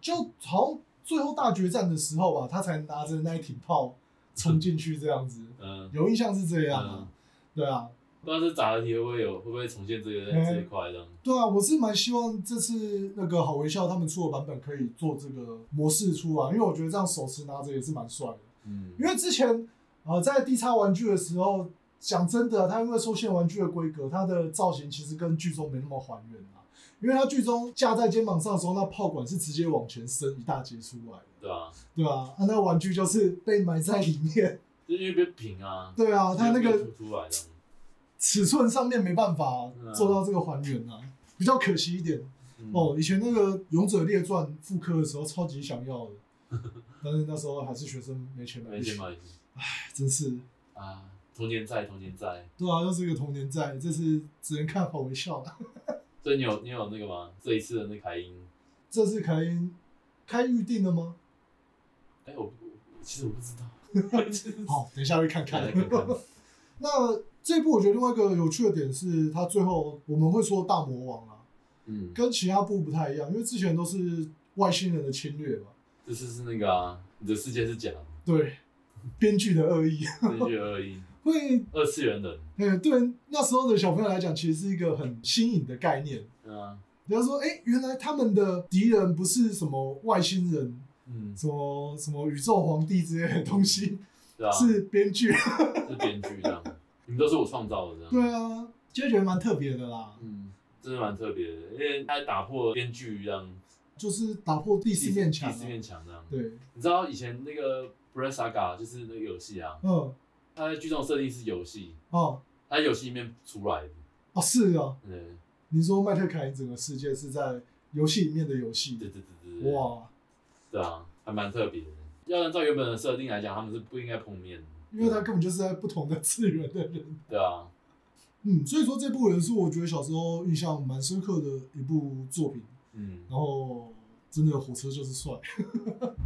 Speaker 2: 就好像最后大决战的时候吧，他才拿着那一挺炮冲进去这样子，
Speaker 3: 嗯，
Speaker 2: 有印象是这样啊
Speaker 3: 嗯，
Speaker 2: 对啊。
Speaker 3: 不知道这杂合体会不会有，会不会重现这个
Speaker 2: 嗯
Speaker 3: 这一块这样？
Speaker 2: 对啊，我是蛮希望这次那个好微笑他们出的版本可以做这个模式出啊来，因为我觉得这样手持拿着也是蛮帅的。
Speaker 3: 嗯
Speaker 2: 因为之前呃在 D 叉玩具的时候，讲真的，它因为受限玩具的规格，它的造型其实跟剧中没那么还原啊。因为它剧中架在肩膀上的时候，那炮管是直接往前伸一大截出来的，
Speaker 3: 对啊，
Speaker 2: 对啊，啊那玩具就是被埋在里面， <laughs>
Speaker 3: 就因为被平啊，
Speaker 2: 对啊，它那
Speaker 3: 就
Speaker 2: 个
Speaker 3: 是被凸出来这样。
Speaker 2: 尺寸上面没办法
Speaker 3: 嗯
Speaker 2: 做到这个还原啊，比较可惜一点。
Speaker 3: 嗯，
Speaker 2: 哦，以前那个《勇者列传》复刻的时候，超级想
Speaker 3: <laughs>
Speaker 2: 要的，但是那时候还是学生，没钱买。
Speaker 3: 没见，过
Speaker 2: 真是。
Speaker 3: 啊，童年在，童年在。
Speaker 2: 对啊，又是一个童年在，这次只能看好微笑了。
Speaker 3: 所以你有你有那个吗？这一次的那个凯音，
Speaker 2: 这次凯因开预定了吗？
Speaker 3: 哎、我不其实我不知道。 <laughs>
Speaker 2: 好，等一下会看看
Speaker 3: 来。看看，
Speaker 2: 那这部我觉得另外一个有趣的点是，它最后我们会说大魔王啊，
Speaker 3: 嗯，
Speaker 2: 跟其他部不太一样，因为之前都是外星人的侵略嘛。
Speaker 3: 这次是那个啊，你的世界是假的，
Speaker 2: <laughs> 对，编剧的恶意 <laughs>
Speaker 3: 正确而已，
Speaker 2: 会，
Speaker 3: 二次元人，
Speaker 2: 呃，对那时候的小朋友来讲，其实是一个很新颖的概念。
Speaker 3: 嗯、啊，
Speaker 2: 人家说，哎、原来他们的敌人不是什么外星人，
Speaker 3: 嗯，
Speaker 2: 什么什么宇宙皇帝之类的东西，
Speaker 3: 对啊，
Speaker 2: 是编
Speaker 3: <laughs>
Speaker 2: 剧。
Speaker 3: 是编剧这样，你们都是我创造的这样，
Speaker 2: 对啊，就觉得蛮特别的啦，
Speaker 3: 嗯，真的蛮特别的，因为他打破编剧这样，
Speaker 2: 就是打破第四面墙、
Speaker 3: 第四
Speaker 2: 啊。
Speaker 3: 面墙这样，
Speaker 2: 对，
Speaker 3: 你知道以前那个 Breath Saga 就是那个游戏啊，
Speaker 2: 嗯，
Speaker 3: 它在剧中设定是游戏，
Speaker 2: 哦，
Speaker 3: 它游戏里面出来的，
Speaker 2: 哦，是啊，
Speaker 3: 嗯，
Speaker 2: 你说麦特凯因整个世界是在游戏里面的游
Speaker 3: 对
Speaker 2: 戏，
Speaker 3: 对对对对，
Speaker 2: 哇，
Speaker 3: 对啊，还蛮特别的。要按照原本的设定来讲，他们是不应该碰面的，
Speaker 2: 因为他根本就是在不同的次元的人。
Speaker 3: 对啊，
Speaker 2: 嗯，所以说这部也是我觉得小时候印象蛮深刻的一部作品。
Speaker 3: 嗯，
Speaker 2: 然后真的火车就是帅，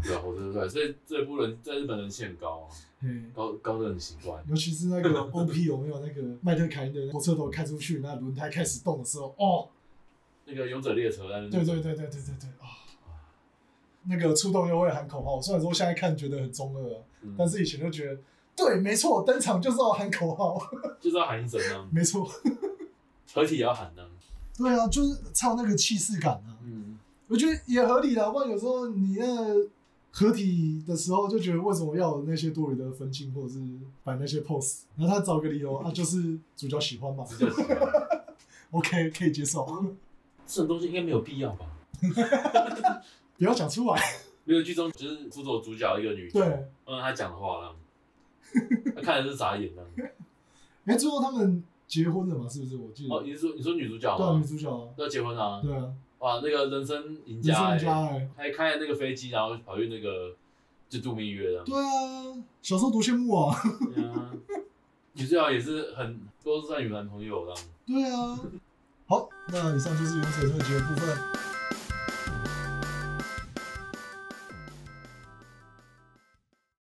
Speaker 3: 对啊，火车帅，所以这部人在日本人气很高啊，
Speaker 2: 嘿。
Speaker 3: 高高的很奇怪，
Speaker 2: 尤其是那个 OP 有没有那个麦特凯恩的火车头开出去，那轮胎开始动的时候，哦，
Speaker 3: 那个勇者列车，但是
Speaker 2: 对对对对对对对啊、那个触动又会喊口号。虽然说现在看觉得很中二啊，
Speaker 3: 嗯
Speaker 2: 但是以前就觉得对，没错，登场就是要喊口号， <laughs>
Speaker 3: 就是要喊一声呢，
Speaker 2: 没错，
Speaker 3: 合体也要喊呢，
Speaker 2: 对啊，就是唱那个气势感啊，
Speaker 3: 嗯，
Speaker 2: 我觉得也合理啦。不然有时候你那合体的时候就觉得为什么要有那些多余的分镜或者是摆那些 pose，然后他找个理由啊，就是主角喜欢嘛
Speaker 3: 比较奇怪，
Speaker 2: <laughs> ，OK 可以接受。
Speaker 3: 这种东西应该没有必要吧？
Speaker 2: 不要讲出来。
Speaker 3: 因为剧中就是辅佐主角一个女，，
Speaker 2: 对，
Speaker 3: 嗯，她讲的话呢，她看的是傻眼呢。
Speaker 2: <laughs> 哎，最后他们结婚了嘛？是不是？我记得，
Speaker 3: 哦，你是说你说女主角
Speaker 2: 对啊，女
Speaker 3: 吗？
Speaker 2: 主角啊，
Speaker 3: 要结婚啊？
Speaker 2: 对啊，
Speaker 3: 哇，那个人生赢
Speaker 2: 人
Speaker 3: 家、
Speaker 2: 生
Speaker 3: 欸，
Speaker 2: 家哎，
Speaker 3: 还开了那个飞机，然后跑去那个就度蜜月了。
Speaker 2: 对啊，小时候多羡慕啊， <laughs>
Speaker 3: 对啊，你最好也是很都是算有男朋友这样。
Speaker 2: 对啊。好，那以上就是原水特辑的部分，